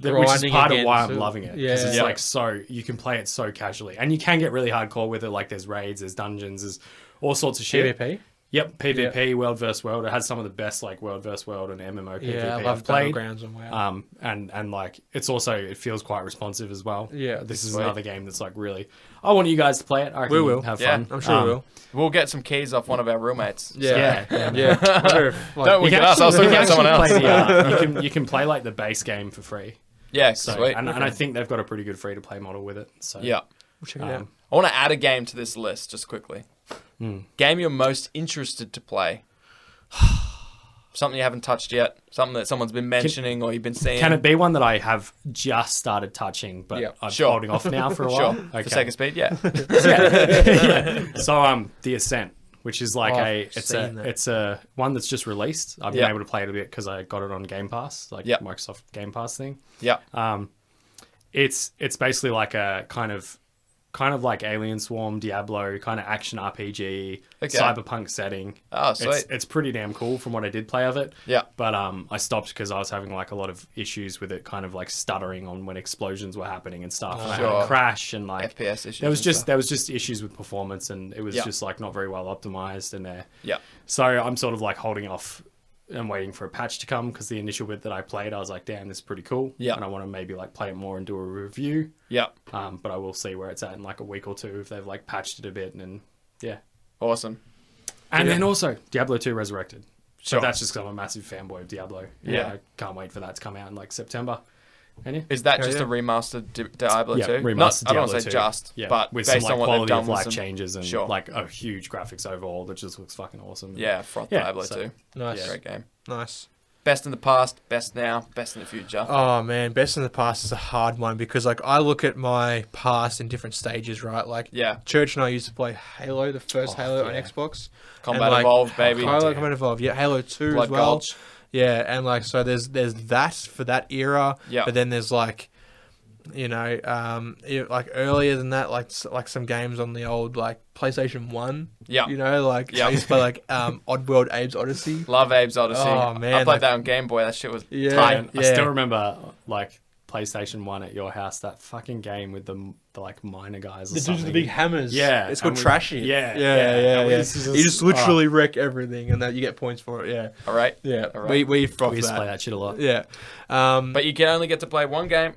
[SPEAKER 3] That, which is
[SPEAKER 2] Grinding
[SPEAKER 3] part of
[SPEAKER 2] again,
[SPEAKER 3] why I'm
[SPEAKER 2] so-
[SPEAKER 3] loving it because
[SPEAKER 2] Yeah.
[SPEAKER 3] it's
[SPEAKER 1] Yeah.
[SPEAKER 3] like so you can play it so casually and you can get really hardcore with it. Like there's raids, there's dungeons, there's all sorts of shit.
[SPEAKER 2] pvp
[SPEAKER 3] Yep, PvP world versus world. It has some of the best like world versus world and MMO PvP
[SPEAKER 2] Yeah, I
[SPEAKER 3] I've
[SPEAKER 2] love
[SPEAKER 3] played.
[SPEAKER 2] Battlegrounds and WoW.
[SPEAKER 3] Um, and and like it's also it feels quite responsive as well.
[SPEAKER 2] Yeah,
[SPEAKER 3] this
[SPEAKER 2] it's
[SPEAKER 3] is
[SPEAKER 2] sweet.
[SPEAKER 3] another game that's like really. I want you guys to play it. I reckon
[SPEAKER 2] We
[SPEAKER 3] you'd
[SPEAKER 2] will.
[SPEAKER 3] have
[SPEAKER 1] Yeah,
[SPEAKER 3] fun.
[SPEAKER 2] I'm sure
[SPEAKER 3] Um,
[SPEAKER 2] we will.
[SPEAKER 1] We'll get some keys off one of our roommates.
[SPEAKER 3] Yeah.
[SPEAKER 2] yeah. I wonder if, like,
[SPEAKER 1] Don't we
[SPEAKER 3] You
[SPEAKER 1] can ask. I was
[SPEAKER 3] actually-
[SPEAKER 1] talking about someone else.
[SPEAKER 3] you can actually play the, uh, you can you can play like the base game for free.
[SPEAKER 1] Yeah,
[SPEAKER 3] So
[SPEAKER 1] sweet.
[SPEAKER 3] and, and I think they've got a pretty good free to play model with it. So
[SPEAKER 1] yeah.
[SPEAKER 2] we'll check it
[SPEAKER 3] um,
[SPEAKER 2] out.
[SPEAKER 1] I want to add a game to this list just quickly.
[SPEAKER 3] Hmm.
[SPEAKER 1] Game you're most interested to play. Something you haven't touched yet. Something that someone's been mentioning or you've been seeing.
[SPEAKER 3] Can it be one that I have just started touching, but
[SPEAKER 2] Yeah.
[SPEAKER 3] I'm
[SPEAKER 1] Sure.
[SPEAKER 3] holding off now for a
[SPEAKER 1] sure.
[SPEAKER 3] while?
[SPEAKER 1] For sake of speed, yeah.
[SPEAKER 3] Yeah. So um, the Ascent, which is like
[SPEAKER 2] Oh,
[SPEAKER 3] a
[SPEAKER 2] I've
[SPEAKER 3] it's a
[SPEAKER 2] seen that.
[SPEAKER 3] it's a one that's just released. I've
[SPEAKER 1] Yeah.
[SPEAKER 3] been able to play it a bit because I got it on Game Pass, like
[SPEAKER 1] Yeah.
[SPEAKER 3] Microsoft Game Pass thing.
[SPEAKER 1] yeah.
[SPEAKER 3] Uh. It's it's basically like a kind of kind of like Alien Swarm, Diablo kind of action RPG,
[SPEAKER 1] Okay.
[SPEAKER 3] cyberpunk setting.
[SPEAKER 1] Oh,
[SPEAKER 3] It's,
[SPEAKER 1] sweet.
[SPEAKER 3] it's pretty damn cool from what I did play of it.
[SPEAKER 1] Yeah.
[SPEAKER 3] But um, I stopped because I was having like a lot of issues with it, kind of like stuttering on when explosions were happening and stuff. and I had
[SPEAKER 1] Oh, Sure.
[SPEAKER 3] a crash and like
[SPEAKER 1] FPS issues
[SPEAKER 3] There was
[SPEAKER 1] and
[SPEAKER 3] just
[SPEAKER 1] stuff.
[SPEAKER 3] there was just issues with performance, and it was
[SPEAKER 1] Yeah.
[SPEAKER 3] just like not very well optimized in there.
[SPEAKER 1] Yeah.
[SPEAKER 3] So I'm sort of like holding off and waiting for a patch to come because the initial bit that I played, I was like, damn, this is pretty cool.
[SPEAKER 1] Yeah.
[SPEAKER 3] And I want to maybe like play it more and do a review.
[SPEAKER 1] Yeah.
[SPEAKER 3] Um, but I will see where it's at in like a week or two if they've like patched it a bit and then, yeah.
[SPEAKER 1] Awesome.
[SPEAKER 3] And then also Diablo 2 Resurrected. So
[SPEAKER 1] Sure.
[SPEAKER 3] that's just 'cause I'm a massive fanboy of Diablo.
[SPEAKER 1] Yeah.
[SPEAKER 3] I can't wait for that to come out in like September. And yeah.
[SPEAKER 1] Is that
[SPEAKER 2] Yeah,
[SPEAKER 1] just
[SPEAKER 2] yeah.
[SPEAKER 1] a remastered Di- Diablo 2?
[SPEAKER 3] Yeah,
[SPEAKER 1] Not- I
[SPEAKER 3] remastered
[SPEAKER 1] don't
[SPEAKER 3] Diablo
[SPEAKER 1] want to say
[SPEAKER 3] 2.
[SPEAKER 1] just,
[SPEAKER 3] yeah,
[SPEAKER 1] but
[SPEAKER 3] with
[SPEAKER 1] based
[SPEAKER 3] some, like,
[SPEAKER 1] on what
[SPEAKER 3] quality
[SPEAKER 1] they've done
[SPEAKER 3] of
[SPEAKER 1] with
[SPEAKER 3] life
[SPEAKER 1] some-
[SPEAKER 3] changes and
[SPEAKER 1] Sure.
[SPEAKER 3] like a huge graphics overhaul that just looks fucking awesome.
[SPEAKER 1] Yeah, froth
[SPEAKER 3] Yeah,
[SPEAKER 1] Diablo
[SPEAKER 3] so-
[SPEAKER 1] 2.
[SPEAKER 2] Nice.
[SPEAKER 1] Yeah. Great game.
[SPEAKER 2] Nice.
[SPEAKER 1] Best in the past, best now, best in the future.
[SPEAKER 2] Oh man, best in the past is a hard one because like I look at my past in different stages, right? Like
[SPEAKER 1] Yeah.
[SPEAKER 2] Church and I used to play Halo, the first
[SPEAKER 3] Oh,
[SPEAKER 2] Halo
[SPEAKER 3] yeah.
[SPEAKER 2] on Xbox.
[SPEAKER 1] Combat
[SPEAKER 2] like, oh,
[SPEAKER 1] Evolved, baby.
[SPEAKER 2] Halo
[SPEAKER 3] damn.
[SPEAKER 2] Combat Evolved, yeah, Halo Two
[SPEAKER 1] Blood
[SPEAKER 2] as well.
[SPEAKER 1] Gulch.
[SPEAKER 2] Yeah, and like so there's there's that for that era.
[SPEAKER 1] Yeah.
[SPEAKER 2] But then there's like you know, um e- like earlier than that, like s- like some games on the old like PlayStation One.
[SPEAKER 1] Yeah.
[SPEAKER 2] You know, like
[SPEAKER 1] Yeah.
[SPEAKER 2] I used to play like um Oddworld Abe's Odyssey.
[SPEAKER 1] Love Abe's Odyssey.
[SPEAKER 2] Oh,
[SPEAKER 1] I
[SPEAKER 2] man,
[SPEAKER 1] played
[SPEAKER 2] like-
[SPEAKER 1] that on Game Boy. That shit was
[SPEAKER 2] Yeah.
[SPEAKER 1] tight.
[SPEAKER 3] I still remember like PlayStation One at your house. That fucking game with the, the like miner guys. Or
[SPEAKER 4] The dudes with
[SPEAKER 3] something.
[SPEAKER 4] the big hammers.
[SPEAKER 3] yeah,
[SPEAKER 2] It's called
[SPEAKER 3] and we-
[SPEAKER 2] Trashy.
[SPEAKER 3] Yeah,
[SPEAKER 2] yeah, yeah, yeah.
[SPEAKER 3] and we
[SPEAKER 2] yeah.
[SPEAKER 3] used to
[SPEAKER 2] you just literally wreck everything, and that you get points for it. Yeah,
[SPEAKER 1] All right.
[SPEAKER 2] yeah.
[SPEAKER 1] All right.
[SPEAKER 2] We we
[SPEAKER 3] oh,
[SPEAKER 2] fuck
[SPEAKER 3] we used to play
[SPEAKER 2] that.
[SPEAKER 3] that shit a lot.
[SPEAKER 2] Yeah, um,
[SPEAKER 1] But you can only get to play one game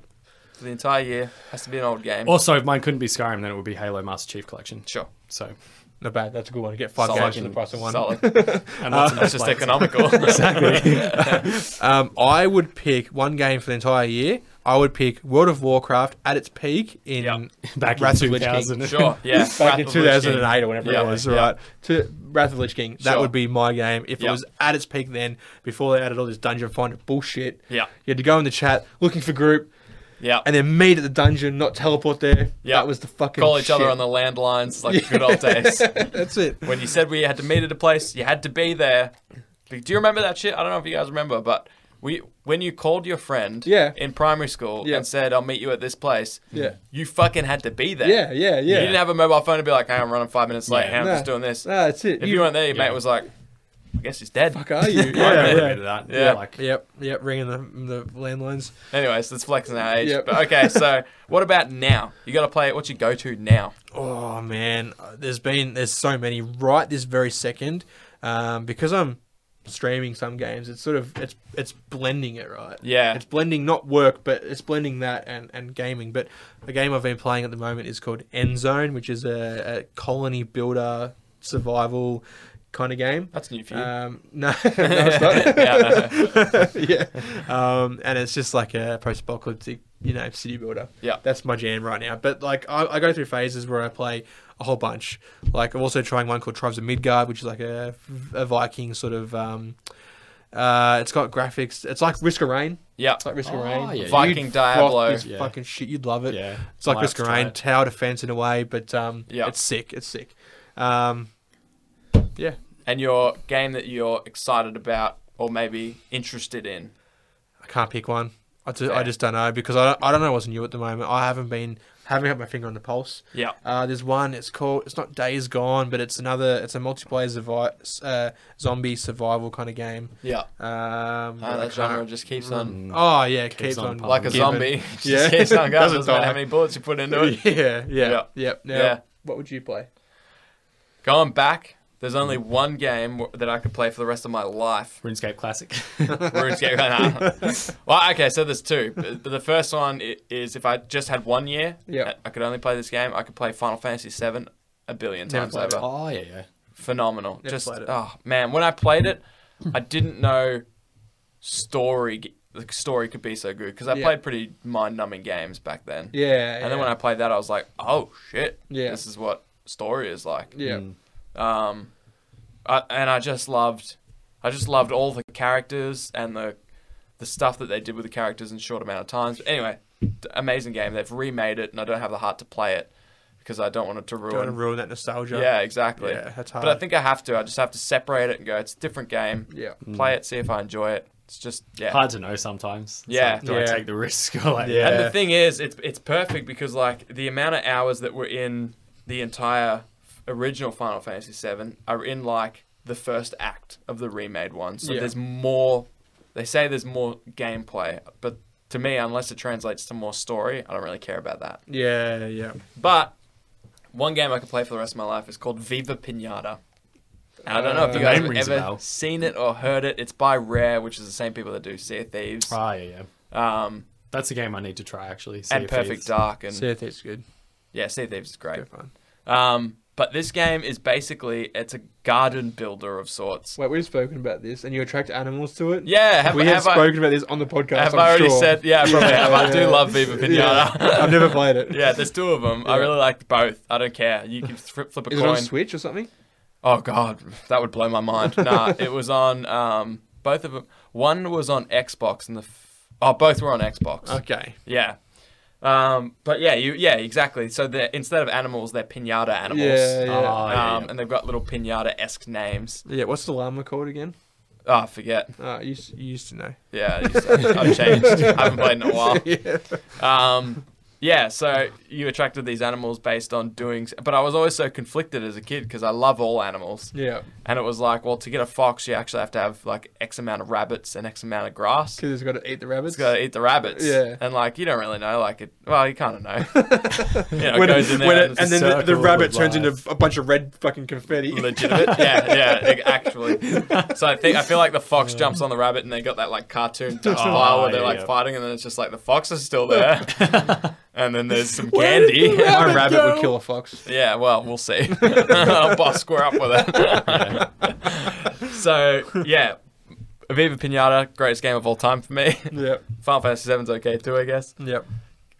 [SPEAKER 1] for the entire year. Has to be an old game.
[SPEAKER 3] Also, if mine couldn't be Skyrim, then it would be Halo Master Chief Collection.
[SPEAKER 1] Sure.
[SPEAKER 3] So
[SPEAKER 2] not bad. That's a good one. You get five
[SPEAKER 1] Solid.
[SPEAKER 2] games for the price of one.
[SPEAKER 1] Solid.
[SPEAKER 3] and lots of
[SPEAKER 1] That's Uh, just
[SPEAKER 3] displays.
[SPEAKER 1] economical.
[SPEAKER 2] Um, I would pick one game for the entire year. I would pick World of Warcraft at its peak in
[SPEAKER 1] Yep.
[SPEAKER 3] back in
[SPEAKER 2] Wrath of
[SPEAKER 3] two
[SPEAKER 2] Lich King.
[SPEAKER 3] thousand.
[SPEAKER 1] Sure. Yeah.
[SPEAKER 2] back
[SPEAKER 1] Wrath
[SPEAKER 2] in
[SPEAKER 1] of the Lich King.
[SPEAKER 2] 2008 or whenever
[SPEAKER 1] Yeah,
[SPEAKER 2] it was,
[SPEAKER 1] yeah.
[SPEAKER 2] right? To Wrath of the Lich King. That
[SPEAKER 1] Sure.
[SPEAKER 2] would be my game if
[SPEAKER 1] Yeah.
[SPEAKER 2] it was at its peak then, before they added all this dungeon finder bullshit.
[SPEAKER 1] Yeah.
[SPEAKER 2] You had to go in the chat looking for group
[SPEAKER 1] Yeah.
[SPEAKER 2] and then meet at the dungeon, not teleport there.
[SPEAKER 1] Yeah.
[SPEAKER 2] That was the fucking
[SPEAKER 1] Call each other
[SPEAKER 2] shit.
[SPEAKER 1] on the landlines like the good old days.
[SPEAKER 2] That's it.
[SPEAKER 1] When you said we had to meet at a place, you had to be there. Like, Do you remember that shit? I don't know if you guys remember, but we when you called your friend
[SPEAKER 2] Yeah.
[SPEAKER 1] in primary school
[SPEAKER 2] Yeah.
[SPEAKER 1] and said, I'll meet you at this place,
[SPEAKER 2] Yeah.
[SPEAKER 1] you fucking had to be there.
[SPEAKER 2] Yeah, yeah, yeah.
[SPEAKER 1] You didn't have a mobile phone to be like, hey, I'm running five minutes late, hey, I'm
[SPEAKER 2] Nah.
[SPEAKER 1] just doing this.
[SPEAKER 2] Ah, that's it.
[SPEAKER 1] If you weren't there, your mate was like, I guess he's dead.
[SPEAKER 2] fuck are you?
[SPEAKER 3] I
[SPEAKER 2] yeah,
[SPEAKER 3] remember a
[SPEAKER 2] yeah.
[SPEAKER 3] bit of that.
[SPEAKER 1] Yeah.
[SPEAKER 3] like
[SPEAKER 2] Yep, yep, ringing the, the landlines.
[SPEAKER 1] Anyways, that's flexing our age.
[SPEAKER 2] Yep.
[SPEAKER 1] But okay, so what about now? You got to play it. What's your go-to now?
[SPEAKER 2] Oh man, there's been there's so many right this very second, um, because I'm streaming some games. It's sort of it's it's blending it right.
[SPEAKER 1] Yeah.
[SPEAKER 2] it's blending not work, but it's blending that and and gaming. But the game I've been playing at the moment is called End Zone, which is a, a colony builder survival kind of game.
[SPEAKER 1] That's new for you.
[SPEAKER 2] Um, no, no, it's not.
[SPEAKER 1] yeah, no, no.
[SPEAKER 2] yeah. Um, and it's just like a post apocalyptic, you know, city builder.
[SPEAKER 1] Yeah.
[SPEAKER 2] That's my jam right now. But like, I, I go through phases where I play a whole bunch. Like, I'm also trying one called Tribes of Midgard, which is like a, a Viking sort of. Um, uh, it's got graphics. It's like Risk of Rain.
[SPEAKER 1] yeah.
[SPEAKER 2] It's like Risk of
[SPEAKER 3] Oh,
[SPEAKER 2] Rain.
[SPEAKER 3] yeah.
[SPEAKER 1] Viking
[SPEAKER 2] You'd
[SPEAKER 1] Diablo.
[SPEAKER 2] rock this
[SPEAKER 3] Yeah.
[SPEAKER 2] Fucking shit. You'd love it.
[SPEAKER 3] yeah.
[SPEAKER 2] It's like
[SPEAKER 3] I'll have
[SPEAKER 2] Risk
[SPEAKER 3] to
[SPEAKER 2] of
[SPEAKER 3] try
[SPEAKER 2] Rain,
[SPEAKER 3] it.
[SPEAKER 2] tower defense in a way, but um,
[SPEAKER 1] Yeah.
[SPEAKER 2] it's sick. It's sick. Um, yeah.
[SPEAKER 1] And your game that you're excited about or maybe interested in.
[SPEAKER 2] I can't pick one. I just,
[SPEAKER 1] Fair.
[SPEAKER 2] I just don't know because I don't, I don't know what's new at the moment. I haven't been haven't had my finger on the pulse.
[SPEAKER 1] Yeah.
[SPEAKER 2] Uh, there's one. It's called. It's not Days Gone, but it's another. It's a multiplayer survi- uh, zombie survival kind of game.
[SPEAKER 1] Yeah.
[SPEAKER 2] Um, but
[SPEAKER 1] Uh,
[SPEAKER 2] I
[SPEAKER 1] that genre
[SPEAKER 2] can't-
[SPEAKER 1] just keeps on
[SPEAKER 2] Oh yeah, it keeps,
[SPEAKER 3] Keeps on
[SPEAKER 2] on,
[SPEAKER 3] pumping.
[SPEAKER 1] like a
[SPEAKER 2] giving.
[SPEAKER 1] zombie. just
[SPEAKER 2] Yeah.
[SPEAKER 1] keeps on going. Doesn't,
[SPEAKER 2] Doesn't
[SPEAKER 1] matter how
[SPEAKER 2] die.
[SPEAKER 1] many bullets you put into it.
[SPEAKER 2] yeah, yeah,
[SPEAKER 1] Yeah.
[SPEAKER 2] yeah. Now,
[SPEAKER 1] Yeah.
[SPEAKER 2] What would you play?
[SPEAKER 1] Going back, There's only one game w- that I could play for the rest of my life.
[SPEAKER 3] RuneScape Classic.
[SPEAKER 1] RuneScape. Nah. well, okay, so there's two. But but the first one i- is if I just had one year,
[SPEAKER 2] Yeah.
[SPEAKER 1] I could only play this game. I could play Final Fantasy VII a billion
[SPEAKER 2] Never
[SPEAKER 1] times
[SPEAKER 2] played it.
[SPEAKER 1] over.
[SPEAKER 3] oh yeah, yeah.
[SPEAKER 1] Phenomenal.
[SPEAKER 2] Never
[SPEAKER 1] just
[SPEAKER 2] played it.
[SPEAKER 1] oh man, when I played it, I didn't know story g- the story could be so good because I
[SPEAKER 2] Yeah.
[SPEAKER 1] played pretty mind-numbing games back then.
[SPEAKER 2] Yeah.
[SPEAKER 1] And then when I played that, I was like, oh shit,
[SPEAKER 2] Yeah.
[SPEAKER 1] this is what story is like.
[SPEAKER 2] yeah.
[SPEAKER 3] Mm.
[SPEAKER 1] Um, I, and I just loved, I just loved all the characters and the, the stuff that they did with the characters in a short amount of times. But anyway, d- amazing game. They've remade it, and I don't have the heart to play it because I don't want it to ruin.
[SPEAKER 2] Don't ruin that nostalgia.
[SPEAKER 1] yeah, exactly.
[SPEAKER 2] Yeah, that's
[SPEAKER 1] But I
[SPEAKER 2] hard.
[SPEAKER 1] think I have to. I just have to separate it and go. It's a different game.
[SPEAKER 2] Yeah.
[SPEAKER 1] Play it, see if I enjoy it. It's just yeah.
[SPEAKER 3] Hard to know sometimes. It's
[SPEAKER 1] Yeah.
[SPEAKER 3] like, do I
[SPEAKER 2] Yeah.
[SPEAKER 3] take the risk or like?
[SPEAKER 2] Yeah.
[SPEAKER 1] And the thing is, it's it's perfect because like the amount of hours that were in the entire original Final Fantasy VII are in like the first act of the remade one. So
[SPEAKER 2] Yeah.
[SPEAKER 1] there's more. They say there's more gameplay, but to me, unless it translates to more story, I don't really care about that.
[SPEAKER 2] Yeah. Yeah.
[SPEAKER 1] But one game I could play for the rest of my life is called Viva Pinata. And I don't know if
[SPEAKER 2] Uh,
[SPEAKER 1] you
[SPEAKER 2] the
[SPEAKER 1] guys
[SPEAKER 3] name
[SPEAKER 1] have
[SPEAKER 3] rings a
[SPEAKER 1] ever
[SPEAKER 3] bell.
[SPEAKER 1] seen it or heard it. It's by Rare, which is the same people that do Sea of Thieves,
[SPEAKER 3] Ah, yeah, yeah.
[SPEAKER 1] um,
[SPEAKER 3] That's a game I need to try actually. Sea
[SPEAKER 1] and
[SPEAKER 3] of
[SPEAKER 1] Perfect
[SPEAKER 3] Thieves.
[SPEAKER 1] Dark, and
[SPEAKER 2] See if it's good.
[SPEAKER 1] yeah, Sea of Thieves is great.
[SPEAKER 2] Go find.
[SPEAKER 1] Um, but this game is basically it's a garden builder of sorts.
[SPEAKER 2] Wait, we've spoken about this, and you attract animals to it.
[SPEAKER 1] Yeah, have,
[SPEAKER 2] we have,
[SPEAKER 1] have, I,
[SPEAKER 2] spoken about this on the podcast.
[SPEAKER 1] have
[SPEAKER 2] I'm
[SPEAKER 1] I already
[SPEAKER 2] sure.
[SPEAKER 1] said? Yeah, I probably
[SPEAKER 2] Yeah,
[SPEAKER 1] have. I do
[SPEAKER 2] yeah.
[SPEAKER 1] love Viva
[SPEAKER 2] Yeah.
[SPEAKER 1] Pinata. Yeah.
[SPEAKER 2] I've never played it.
[SPEAKER 1] there's two of them. I
[SPEAKER 2] Yeah.
[SPEAKER 1] really like both. I don't care. You can flip, flip a
[SPEAKER 2] Is it
[SPEAKER 1] coin.
[SPEAKER 2] on Switch or something?
[SPEAKER 1] Oh god, that would blow my mind. nah, it was on um, both of them. One was on Xbox, and the f- oh, both were on Xbox.
[SPEAKER 2] Okay.
[SPEAKER 1] Yeah. Um, but yeah, you yeah exactly. So they're, instead of animals, they're pinata animals,
[SPEAKER 2] Yeah, yeah.
[SPEAKER 3] Ah, yeah,
[SPEAKER 1] um,
[SPEAKER 3] yeah.
[SPEAKER 1] and they've got little pinata esque names.
[SPEAKER 2] Yeah. What's the llama called again?
[SPEAKER 1] Oh, I forget.
[SPEAKER 2] Uh, you, s- you used to know.
[SPEAKER 1] Yeah, I just- I've changed. I haven't played in a while. Um, yeah, so you attracted these animals based on doings, but I was always so conflicted as a kid because I love all animals,
[SPEAKER 2] Yeah.
[SPEAKER 1] and it was like, well, to get a fox, you actually have to have like X amount of rabbits and X amount of grass.
[SPEAKER 2] Because it's got to eat the rabbits.
[SPEAKER 1] It's got to eat the rabbits.
[SPEAKER 2] Yeah.
[SPEAKER 1] and like you don't really know, like it. Well, you kind of know. you know, it
[SPEAKER 2] When it-
[SPEAKER 1] goes in there
[SPEAKER 2] when it-
[SPEAKER 1] and it's
[SPEAKER 2] and then the,
[SPEAKER 3] circle
[SPEAKER 2] the
[SPEAKER 3] of
[SPEAKER 2] rabbit turns
[SPEAKER 3] life.
[SPEAKER 2] into a bunch of red fucking confetti.
[SPEAKER 1] legitimate. yeah, yeah, like, actually. So I think I feel like the fox jumps on the rabbit, and they got that like cartoon dust
[SPEAKER 3] Oh,
[SPEAKER 1] pile where they're
[SPEAKER 3] yeah,
[SPEAKER 1] like
[SPEAKER 3] yeah.
[SPEAKER 1] fighting, and then it's just like the fox is still there, and then there's some candy.
[SPEAKER 2] My rabbit would kill a fox.
[SPEAKER 1] yeah, well, we'll see. I'll boss square up with it. so yeah, Aviva Pinata, greatest game of all time for me.
[SPEAKER 2] Yep.
[SPEAKER 1] Final Fantasy VII's okay too, I guess.
[SPEAKER 2] Yep.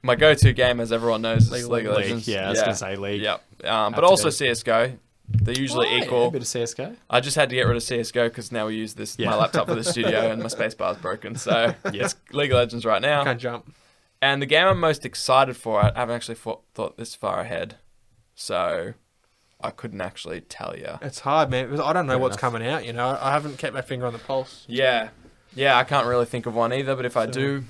[SPEAKER 1] My go-to game, as everyone knows, is
[SPEAKER 2] League of
[SPEAKER 1] League of
[SPEAKER 3] League,
[SPEAKER 1] Legends.
[SPEAKER 3] yeah, I was gonna say League.
[SPEAKER 1] Yep. Um, but
[SPEAKER 3] to
[SPEAKER 1] also
[SPEAKER 3] date.
[SPEAKER 1] CS:GO. They're usually
[SPEAKER 3] Oh, yeah,
[SPEAKER 1] equal.
[SPEAKER 3] A bit of CS:GO.
[SPEAKER 1] I just had to get rid of CS:GO because now we use this
[SPEAKER 3] Yeah.
[SPEAKER 1] my laptop for the studio and my spacebar is broken. So
[SPEAKER 3] Yeah.
[SPEAKER 1] it's League of Legends right now.
[SPEAKER 2] Can't jump.
[SPEAKER 1] And the game I'm most excited for, I haven't actually thought, thought this far ahead, so I couldn't actually tell you.
[SPEAKER 2] It's hard, man. Because I don't know
[SPEAKER 3] Fair
[SPEAKER 2] what's
[SPEAKER 3] enough.
[SPEAKER 2] coming out. You know, I haven't kept my finger on the pulse.
[SPEAKER 1] Yeah, yeah, I can't really think of one either. But if I
[SPEAKER 2] So-
[SPEAKER 1] do,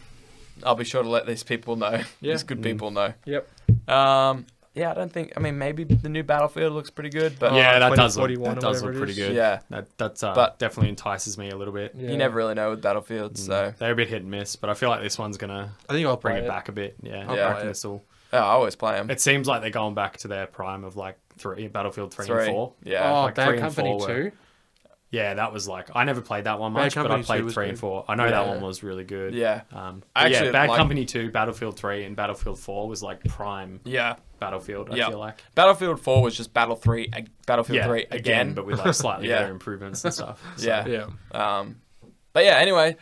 [SPEAKER 1] I'll be sure to let these people know.
[SPEAKER 2] Yeah.
[SPEAKER 1] These good
[SPEAKER 3] Mm.
[SPEAKER 1] people know.
[SPEAKER 2] Yep.
[SPEAKER 1] Um, yeah, I don't think. I mean, maybe the new Battlefield looks pretty good, but
[SPEAKER 3] yeah,
[SPEAKER 2] Oh,
[SPEAKER 3] that does look,
[SPEAKER 2] 2041
[SPEAKER 3] that
[SPEAKER 2] or
[SPEAKER 3] does
[SPEAKER 2] whatever
[SPEAKER 3] look
[SPEAKER 2] it
[SPEAKER 3] pretty
[SPEAKER 2] is.
[SPEAKER 3] good.
[SPEAKER 1] Yeah.
[SPEAKER 3] that that's uh,
[SPEAKER 1] But-
[SPEAKER 3] definitely entices me a little bit. Mm.
[SPEAKER 2] Yeah.
[SPEAKER 1] you never really know with Battlefield. So
[SPEAKER 3] They're a bit hit and miss, but I feel like this one's gonna
[SPEAKER 2] I think I'll
[SPEAKER 3] bring
[SPEAKER 2] play
[SPEAKER 3] it back a bit. Yeah,
[SPEAKER 1] I'll
[SPEAKER 3] I
[SPEAKER 1] buy
[SPEAKER 3] reckon
[SPEAKER 1] it.
[SPEAKER 3] this will.
[SPEAKER 1] oh, I always play them.
[SPEAKER 3] It seems like they're going back to their prime of like three Battlefield three, and four.
[SPEAKER 1] Yeah.
[SPEAKER 4] oh,
[SPEAKER 3] like three
[SPEAKER 4] Bad
[SPEAKER 3] and
[SPEAKER 4] Company
[SPEAKER 3] four were-
[SPEAKER 4] too.
[SPEAKER 3] Yeah, that was like I never played that one
[SPEAKER 2] Bad
[SPEAKER 3] much, but I
[SPEAKER 2] Company 2
[SPEAKER 3] played
[SPEAKER 2] was
[SPEAKER 3] three and
[SPEAKER 2] good.
[SPEAKER 3] four. I know that
[SPEAKER 1] Yeah.
[SPEAKER 3] one was really good.
[SPEAKER 1] Yeah.
[SPEAKER 3] Um,
[SPEAKER 1] I
[SPEAKER 3] but yeah,
[SPEAKER 1] actually
[SPEAKER 3] Bad
[SPEAKER 1] like-
[SPEAKER 3] Company two, Battlefield three, and Battlefield four was like prime
[SPEAKER 1] Yeah.
[SPEAKER 3] Battlefield. I
[SPEAKER 1] Yeah.
[SPEAKER 3] feel like
[SPEAKER 1] Battlefield 4 was just Battle 3, ag- Battlefield
[SPEAKER 3] yeah,
[SPEAKER 1] 3
[SPEAKER 3] again,
[SPEAKER 1] again.
[SPEAKER 3] but with like slightly
[SPEAKER 1] Yeah.
[SPEAKER 3] better improvements and stuff. So,
[SPEAKER 1] yeah.
[SPEAKER 2] Yeah.
[SPEAKER 1] Um, but yeah, anyway,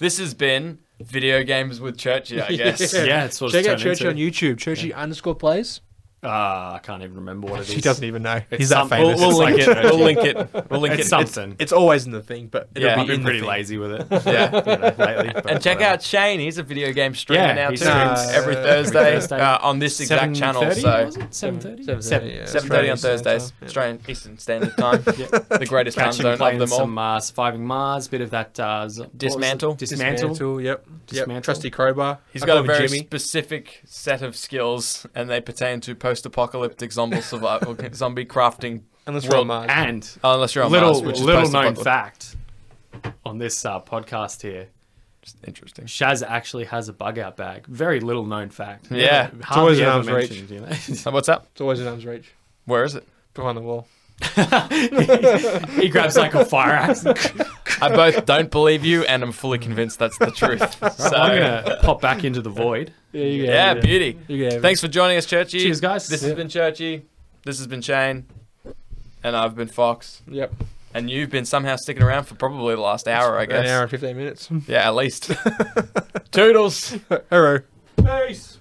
[SPEAKER 1] this has been Video Games with Churchy, I guess.
[SPEAKER 2] Yeah.
[SPEAKER 3] yeah, it's what
[SPEAKER 2] Check
[SPEAKER 3] it's
[SPEAKER 2] out
[SPEAKER 3] turned
[SPEAKER 2] Churchy
[SPEAKER 3] into.
[SPEAKER 2] on YouTube. Churchy underscore plays.
[SPEAKER 3] Uh, I can't even remember what it is.
[SPEAKER 2] He doesn't even know.
[SPEAKER 3] It's
[SPEAKER 2] He's that
[SPEAKER 3] something-
[SPEAKER 2] famous.
[SPEAKER 3] We'll- we'll link it. We'll
[SPEAKER 1] link it. We'll link
[SPEAKER 3] It's something.
[SPEAKER 2] It's always in the thing, but it'll
[SPEAKER 1] Yeah.
[SPEAKER 2] be
[SPEAKER 3] I've been
[SPEAKER 2] in the
[SPEAKER 3] pretty
[SPEAKER 2] thing.
[SPEAKER 3] lazy with it.
[SPEAKER 1] Yeah.
[SPEAKER 3] you know, lately. but
[SPEAKER 1] And check
[SPEAKER 3] whatever.
[SPEAKER 1] out Shane. He's a video game streamer
[SPEAKER 3] Yeah,
[SPEAKER 1] now
[SPEAKER 3] he
[SPEAKER 1] too.
[SPEAKER 2] streams
[SPEAKER 1] every
[SPEAKER 2] every
[SPEAKER 1] Thursday,
[SPEAKER 3] Thursday.
[SPEAKER 1] Uh, on this exact channel.
[SPEAKER 3] 7:30,
[SPEAKER 1] So
[SPEAKER 3] was it? 7:30?
[SPEAKER 2] Seven- yeah,
[SPEAKER 1] seven thirty on
[SPEAKER 2] Australian Standard
[SPEAKER 1] Thursdays,
[SPEAKER 2] Time.
[SPEAKER 1] Australian Eastern Standard Time. The greatest time
[SPEAKER 3] Catching
[SPEAKER 1] zone of
[SPEAKER 3] playing
[SPEAKER 1] them all.
[SPEAKER 3] some uh, surviving Mars, bit of that uh, z- what was it?
[SPEAKER 1] Dismantle.
[SPEAKER 3] dismantle.
[SPEAKER 2] Yep.
[SPEAKER 3] Dismantle.
[SPEAKER 2] Yep. Trusty crowbar.
[SPEAKER 1] He's
[SPEAKER 2] I
[SPEAKER 1] got
[SPEAKER 2] call
[SPEAKER 1] a
[SPEAKER 2] him
[SPEAKER 1] very
[SPEAKER 2] Jimmy.
[SPEAKER 1] specific set of skills, and they pertain to post-apocalyptic zombie survival, zombie crafting.
[SPEAKER 2] Unless
[SPEAKER 1] world-
[SPEAKER 2] we're on Mars.
[SPEAKER 3] And
[SPEAKER 1] Oh, unless you're on
[SPEAKER 3] little
[SPEAKER 1] Mars, which is
[SPEAKER 3] little known
[SPEAKER 1] post-apocalyptic.
[SPEAKER 3] fact on this uh, podcast here,
[SPEAKER 1] Interesting.
[SPEAKER 3] Shaz actually has a bug out bag. Very little known fact.
[SPEAKER 1] Yeah.
[SPEAKER 3] Hardly
[SPEAKER 2] always an
[SPEAKER 3] ever
[SPEAKER 2] arm's reach.
[SPEAKER 3] mentioned, you know?
[SPEAKER 1] Uh, What's up?
[SPEAKER 2] It's always in arm's reach.
[SPEAKER 1] Where is it?
[SPEAKER 2] Behind the wall.
[SPEAKER 3] he grabs like a fire axe.
[SPEAKER 1] I both don't believe you and I'm fully convinced that's the truth. So,
[SPEAKER 3] I'm gonna pop back into the void.
[SPEAKER 4] Yeah, you go,
[SPEAKER 1] yeah,
[SPEAKER 4] you go.
[SPEAKER 1] beauty.
[SPEAKER 4] You go.
[SPEAKER 1] Thanks for joining us, Churchy.
[SPEAKER 3] Cheers, guys.
[SPEAKER 1] This has been Churchy. This has been Shane. And I've been Fox.
[SPEAKER 2] Yep.
[SPEAKER 1] And you've been somehow sticking around for probably the last hour, I guess.
[SPEAKER 2] An hour and 15 minutes.
[SPEAKER 1] Yeah, at least.
[SPEAKER 4] Toodles.
[SPEAKER 2] Hello.
[SPEAKER 3] Peace.